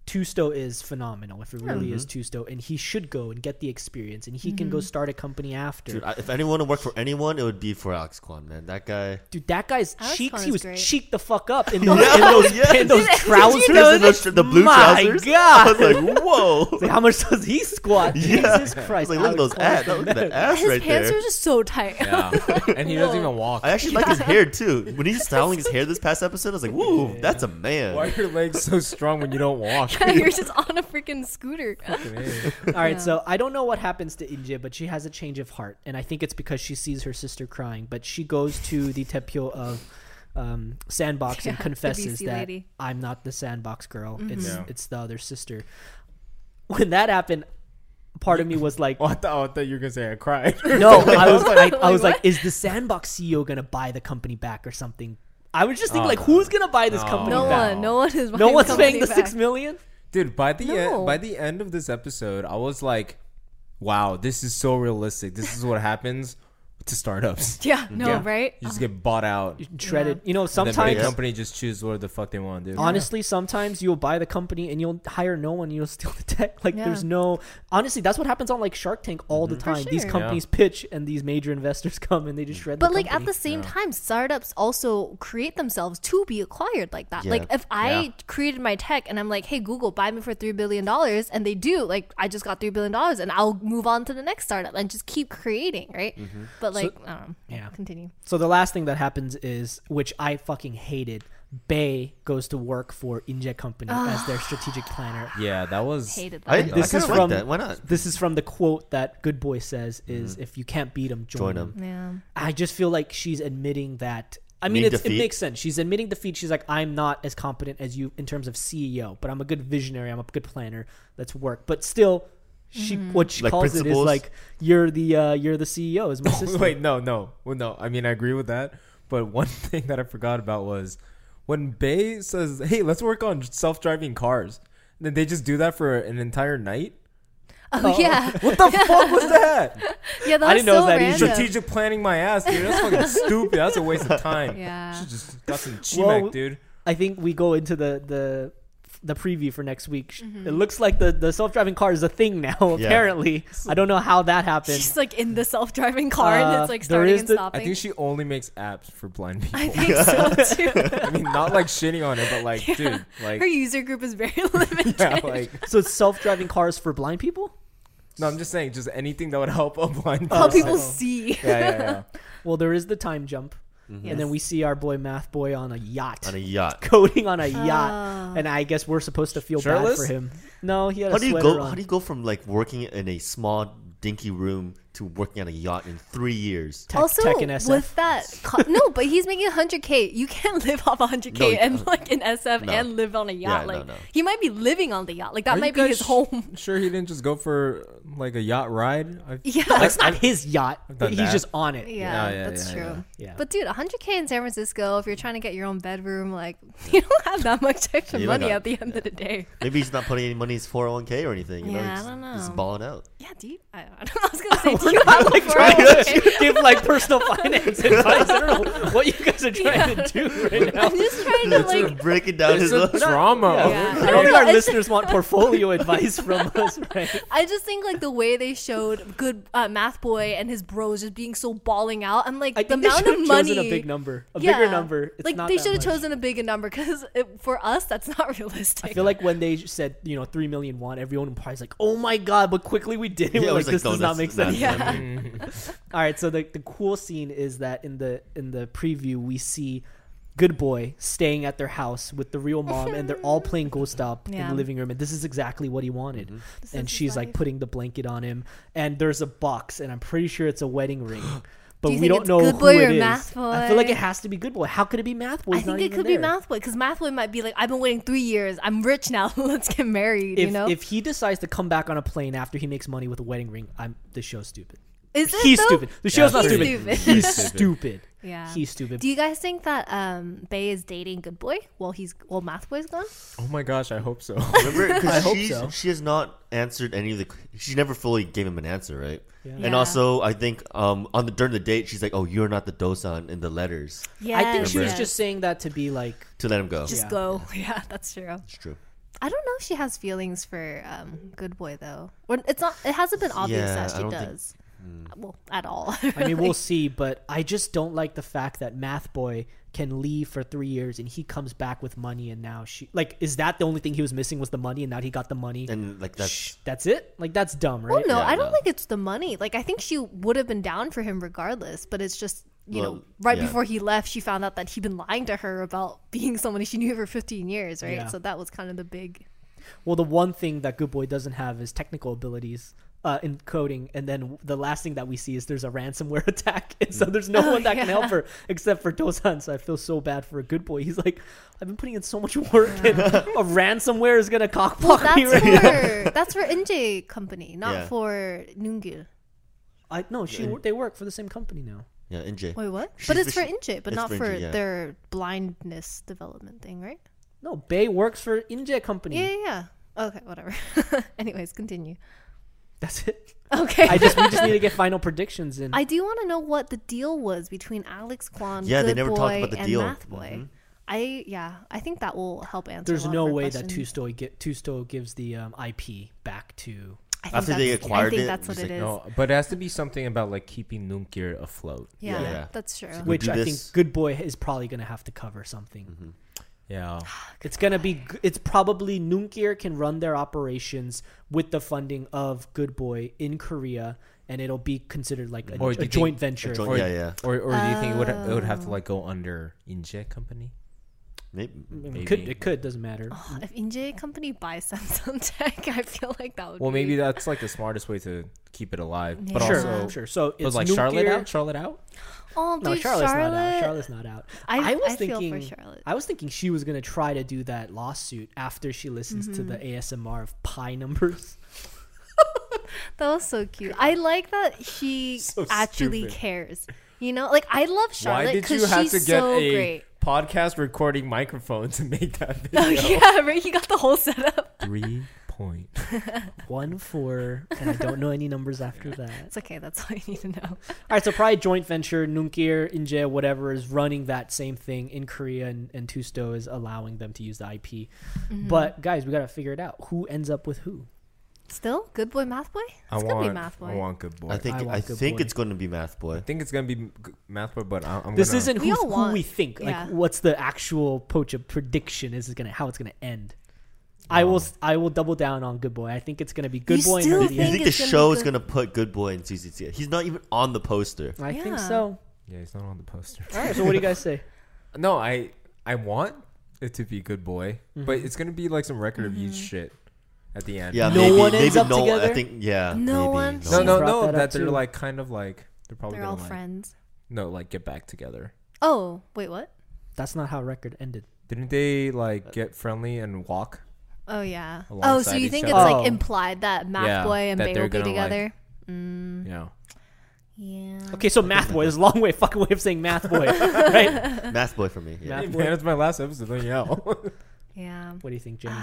Tusto is phenomenal. If it really
Hmm.
is Tusto, and he should go and get the experience, and he can
Mm-hmm.
go start a company after.
Dude,
Dude,
I, if anyone to work for anyone, it would be for Alex Kwan, man. That guy.
that guy's
Alex
cheeks,
Kwan
he
is
was
great.
cheeked the fuck up in those,
Yeah,
in those,
yes.
in those
Did you
trousers.
Seriously, those- the blue
My
trousers.
God.
I was like, whoa.
Like, how much does he squat?
Yeah.
Jesus
I was
Christ!
like, look
Alex
at those ass.
Kwan.
Look at that ass
His
right
pants
there.
are just so tight.
Yeah, and he doesn't even walk.
I actually like his hair too. When he's styling his hair this past episode, I was like, "Whoa, that's a man."
Why are your legs so strong when you don't walk?
You're just on a freaking scooter.
Man.
All right, so I don't know what happens to Inje, but she has a change of heart, and I think it's because she sees her sister crying. But she goes to the tepio of um, Sandbox and
Yeah, the
confesses
BC
that
lady. Mm-hmm.
I'm not the Sandbox girl; it's
Yeah.
it's the other sister. When that happened, part of me was like,
Oh, I, thought, I thought you were gonna say I cried.
"No, I was I, I was
Like,
like, is the Sandbox CEO gonna buy the company back or something?" I was just thinking,
Oh,
like,
no.
who's gonna buy this
No.
company
No
back?
one, no one is.
No
buying
one's
something
paying the
back.
six million.
Dude, by the
No.
end, by the end of this episode, I was like, wow, this is so realistic. This is what happens to startups.
Yeah, no,
Yeah.
right?
You just get bought out. And
shredded. You know,
then the big
sometimes
company just choose what the fuck they want to do.
honestly, sometimes you'll buy the company and you'll hire no one. You'll steal the tech. Like
Yeah.
there's no. Honestly, that's what happens on like Shark Tank all the
Mm-hmm.
time. These
sure.
companies pitch and these major investors come and they just shred.
But
the
like
company.
at the same time, startups also create themselves to be acquired like that.
Yeah.
Like if I
Yeah.
created my tech and I'm like, "Hey Google, buy me for three billion dollars," and they do, like I just got three billion dollars, and I'll move on to the next startup and just keep creating, right? But like, I don't know.
Mm-hmm. Yeah.
continue.
So the last thing that happens is, which I fucking hated, Bay goes to work for Injet Company as their strategic planner.
yeah, that was.
Hated that.
I,
Yeah.
I
This is
kind of like
from-
that. Why not? Mm-hmm.
This is from the quote that Good Boy says is if you can't beat them, join,
Join
them.
them.
yeah.
I just feel like she's admitting that. I mean,
Mean
it's, it
defeat?
makes sense. She's admitting defeat. She's like, I'm not as competent as you in terms of CEO, but I'm a good visionary. I'm a good planner. Let's work. But still, she what she
Like
calls it is
principles?
like you're the uh, you're the CEO. Is my sister?
Wait, no, no, well, no. I mean, I agree with that. But one thing that I forgot about was when Bay says, "Hey, let's work on self-driving cars." Then they just do that for an entire night.
Oh, yeah,
What the fuck was that?
yeah. That
I
was
didn't know it
so
was that easy.
random.
Strategic planning, my ass, dude. That's fucking stupid. That's a waste of time.
Yeah.
Should just got some chimac,
Well,
dude.
I think we go into the the the preview for next week. Sh It looks like the the self driving car is a thing now. Apparently, I don't know how that happened.
She's like in the self-driving car, and
Uh,
it's like
there
starting
is
and
the- I
I
stopping.
think she only makes apps for blind people.
I think so too.
I mean, not like shitting on it, but like, dude, like,
Her user group is very limited.
yeah, like,
So it's self driving cars for blind people.
no, I'm just saying, just anything that would help a blind
Oh,
person.
How people see.
yeah, yeah,
Well, there is the time jump, and then
Yes.
we see our boy Math Boy on a yacht.
Mm-hmm. On a yacht.
Coding on a
Ah.
yacht, and I guess we're supposed to feel
Shirtless?
bad for him. No, he had a
How do you
sweater
go?
on.
How do you go from like working in a small dinky room to working on a yacht in three years?
Tech-
also,
tech and SF.
with that, co- no, but he's making 100k. You can't live off 100k
No, you-
and like in SF
no.
and live on a yacht.
Yeah,
like
no, no.
he might be living on the yacht. Like that
Are you
might be
guys
his
sh-
home.
Sure, he didn't just go for like a yacht ride. I,
yeah,
That's not his yacht.
done
He's
that.
just on it.
yeah,
yeah,
that's
yeah,
true.
yeah. Yeah.
But dude, 100k in San Francisco. If you're trying to get your own bedroom, like you don't have that much extra
You don't
money
got-
at the end of the day.
Maybe he's not putting any money in his 401k or anything. You know,
Yeah, I
he's,
don't
he's
know.
balling out.
Yeah, do you? I, I don't know. I was gonna say, do you have like
Trying to give like personal finance advice. I don't know what you guys are trying to do right now.
I'm just trying to
Let's
like.
break it down. His
it's a drama.
Yeah.
I don't think our
It's-
listeners want portfolio advice from us, right?
I just think like the way they showed good uh, math boy and his bros just being so balling out. I'm like
I
the
think they
amount
should
of
have
money.
chosen a big number, a
Yeah.
bigger number. It's
like
not
they
that
should have
much.
chosen a bigger number because for us that's not realistic.
I feel like when they said you know three million won, everyone probably was like, "Oh my god!" But quickly we did it.
Yeah,
We're
I
like, this
was no,
does not
that's-
make sense.
that's
Yeah.
not me.
All right, so the the cool scene is that in the in the preview we see Good Boy staying at their house with the real mom, and they're all playing Ghost Up in
Yeah.
the living room, and this is exactly what he wanted.
Mm-hmm.
And
is his
she's like
life.
putting the blanket on him, and there's a box, and I'm pretty sure it's a wedding ring. But
you
we
think
don't
it's
know
Good
who
Boy
it
or
is.
Math
I feel like
Boy?
it has to be Good Boy. How could it be Math Boy?
I
He's not
think it
even
could be
there.
math boy because math boy might be like I've been waiting three years. I'm rich now. Let's get married.
If,
you know,
if he decides to come back on a plane after he makes money with a wedding ring, I'm the show's stupid.
is it
He's
though?
stupid. The show's not
He's
stupid.
stupid.
He's
Stupid.
stupid.
Yeah.
He's stupid.
Do you guys think that um, Bay is dating Good Boy while he's while Math Boy's gone?
Oh my gosh, I hope so.
Remember,
I hope
because
so.
she has not answered any of the. She never fully gave him an answer, right?
Yeah.
And also, I think um, on the during the date, she's like, "Oh, you're not the dosan in the letters."
Yeah,
I think she was
Yes.
just saying that to be like,
To let him go,
just
Yeah.
go. Yeah, that's true.
it's true.
I don't know if she has feelings for um, Good Boy though. Or it's not. It hasn't been obvious
Yeah,
that
I
she
don't think- Hmm.
does. Well, at all.
I mean, we'll see, but I just don't like the fact that Math Boy can leave for three years and he comes back with money, and now she like, is that the only thing he was missing was the money, and now he got the money,
And like that's
Shh, that's it? Like that's dumb, right?
Well, Oh, no,
Yeah,
I don't
no.
think it's the money. Like, I think she would have been down for him regardless, but it's just, you know,
Well,
right
yeah.
before he left, she found out that he'd been lying to her about being somebody she knew for 15 years, right?
Yeah.
So that was kind of the big.
Well, the one thing that Good Boy doesn't have is technical abilities. Uh, in coding, and then the last thing that we see is there's a ransomware attack, and so there's
Oh,
no one that can help her except for Dosan. So I feel so bad for a good boy. He's like, I've been putting in so much work, and a ransomware is gonna
Well,
cockblock me
that's
right now.
for that's for NJ company, not
Yeah.
for Nungil.
I no, she they work for the same company now.
yeah, and Jay.
Wait, what?
She's
but it's
the-
for NJ, but
it's
not
for
for
NJ, yeah.
their blindness development thing, right?
No,
Hmm.
Bay works for India company.
Yeah, yeah, yeah. Okay, whatever. Anyways, continue.
That's it.
Okay.
I just we just need to get final predictions in.
I do want to know what the deal was between Alex Kwan,
Yeah,
Good
they never
Boy,
talked about the
and
deal. Mm-hmm.
Math Boy. I yeah, I think that will help answer.
There's
a lot
no
of our
way that
questions.
Tusto get Tusto gives the um, IP back to.
I think
After they
that's-
acquired
I think
it,
that's what
it's
it
like,
is.
No, but it has to be something about like keeping Nunkir afloat.
yeah,
Yeah.
that's true.
We'll
which
do
I
this.
think Good Boy is probably going to have to cover something.
Mm-hmm. Yeah.
Ah,
It's going to be, g- it's probably Nunkir can run their operations with the funding of Good Boy in Korea, and it'll be considered like a,
Or
a
you think-
joint venture.
A joint-
Or,
Yeah, yeah.
Or, or do you think it would it would
Oh.
have to like go under Inje company?
Maybe.
I mean,
Maybe.
could, it could, doesn't matter.
If Inje company buys Samsung Tech, I feel like that would.
Well,
be-
maybe that's like the smartest way to keep it alive. But
sure,
also,
sure. So it's
but like Charlotte
Nunkir-
out, Charlotte out.
Oh,
No,
dude,
Charlotte's not out.
Charlotte.
Charlotte's not out.
I-
I, was
I feel for
thinking.
Charlotte.
I was thinking she was gonna try to do that lawsuit after she listens to
Mm-hmm.
the ASMR of pie numbers.
That was so cute. I like that she
So
actually
stupid.
cares. You know, like I love Charlotte because she's so great.
podcast recording microphone to make that
Oh
video?
yeah, right. He got the whole setup.
Three point.
One four, and I don't know any numbers after that.
It's okay. That's all I need to know.
All right, so probably joint venture Nunkir, Inje, whatever is running that same thing in Korea, and, and Tusto is allowing them to use the IP.
Mm-hmm.
But guys, we gotta figure it out. Who ends up with who?
Still, good boy, math boy.
I
It's
want.
gonna be math boy.
I want good boy. I
I
think,
think
I
I,
want Good
think
Boy.
it's going to be Math Boy.
it's gonna be m- g- math boy, but I'm, I'm
This
gonna,
isn't
We
who's,
all
who we
want-
think. Like,
yeah.
what's the actual poach prediction? Is it gonna how it's gonna end? I will. s- I will double down on Good Boy. I think it's gonna be Good
You
Boy.
still
and
You
Hardy.
think
think,
it's
the
gonna
show
be
is
good-
going to put Good Boy in CCC? He's not even on the poster.
I think
Yeah.
so.
Yeah, he's not on the poster.
All right. So what do you guys say?
No, I I want it to be good boy, but it's gonna be like some record reviews
Mm-hmm.
shit at the end.
Yeah,
No
maybe,
one
maybe
ends up
no,
together?
I think yeah.
No
maybe
one?
no
No,
Someone
no,
brought
no.
that
That,
up
they're
too.
like kind of like they're probably
They're
gonna
all
like,
friends.
No, like get back together.
Oh, wait, what?
That's not how record ended.
Didn't they like get friendly and walk?
Oh yeah. Oh, so
Alongside
you
each
think
other.
it's
Oh.
like implied that Math
Yeah,
Boy and
that
Bay
they're
will be
gonna, like-
together? Mm-hmm.
Yeah.
yeah.
Okay, so Math Boy is a long way fucking way of saying Math Boy, right?
Math Boy for me. Yeah.
Hey,
Math
man,
Boy.
it's my last episode. Don't yell.
Yeah.
What do you think, Jenny?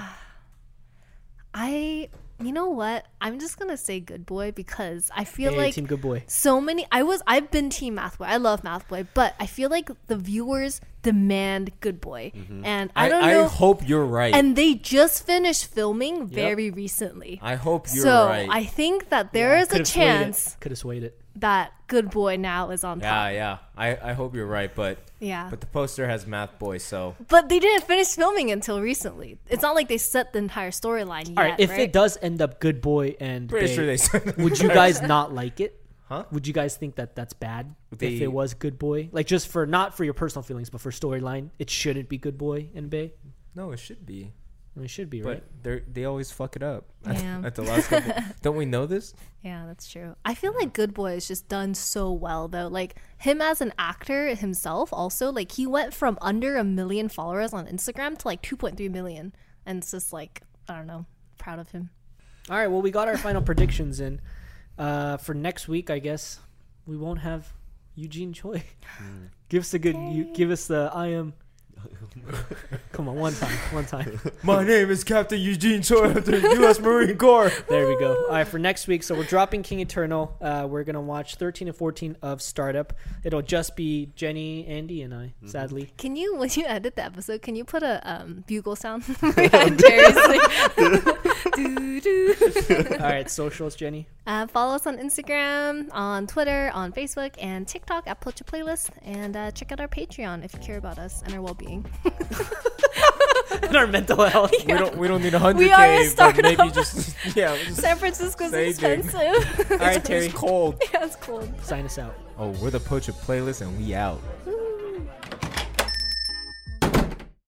I. You know what? I'm just gonna say Good Boy because I feel
Hey,
like
Team Good Boy.
so many. I was. I've been Team Math Boy. I love Math Boy, but I feel like the viewers demand Good Boy, and I,
Mm-hmm. I,
don't
I
know.
hope you're right.
and they just finished filming very recently.
I hope you're
so
right.
I think that there is a chance
Could have swayed it.
that Good Boy now is on
yeah,
top.
yeah. I, I hope you're right, but
Yeah.
but the poster has Math Boy, so
But they didn't finish filming until recently. It's not like they set the entire storyline yet.
All right. if
right?
it does end up Good Boy and
pretty
Bay,
sure they said
would you guys not like it?
Huh?
Would you guys think that that's bad if
They-
it was Good Boy? Like just for not for your personal feelings, but for storyline, it shouldn't be Good Boy and Bay.
No, it should be.
I mean, it should be right.
But they they always fuck it up at,
Yeah.
at the last couple. Don't we know this?
Yeah, that's true. I feel like Good Boy is just done so well though. Like him as an actor himself also, like he went from under a million followers on Instagram to like 2.3 million and it's just like, I don't know, proud of him.
All right. Well, we got our final predictions in uh, for next week. I guess we won't have Eugene Choi.
Hmm.
give us a good. You, give us the I am. Come on, one time, one time.
My name is Captain Eugene Choi of the U.S. Marine Corps.
There we go. All right, for next week. So we're dropping King Eternal. Uh, we're gonna watch 13 and 14 of Startup. It'll just be Jenny, Andy, and I. Sadly,
Can you when you edit the episode, can you put a um, bugle sound behind Jerry's thing? Doo, doo.
all right. Socials, Jenny.
Uh, follow us on Instagram, on Twitter, on Facebook, and TikTok at Plutcha Playlist. And uh, check out our Patreon if you care about us and our well being.
And our mental health.
We don't we don't need a hundred
We are a
K, but
startup.
maybe just yeah. Just, Oh,
San Francisco's
Say Jane.
expensive.
all right, Terry. Cold.
yeah, it's cold.
Sign us out.
Oh, we're the Pocha playlist, and we out.
Ooh.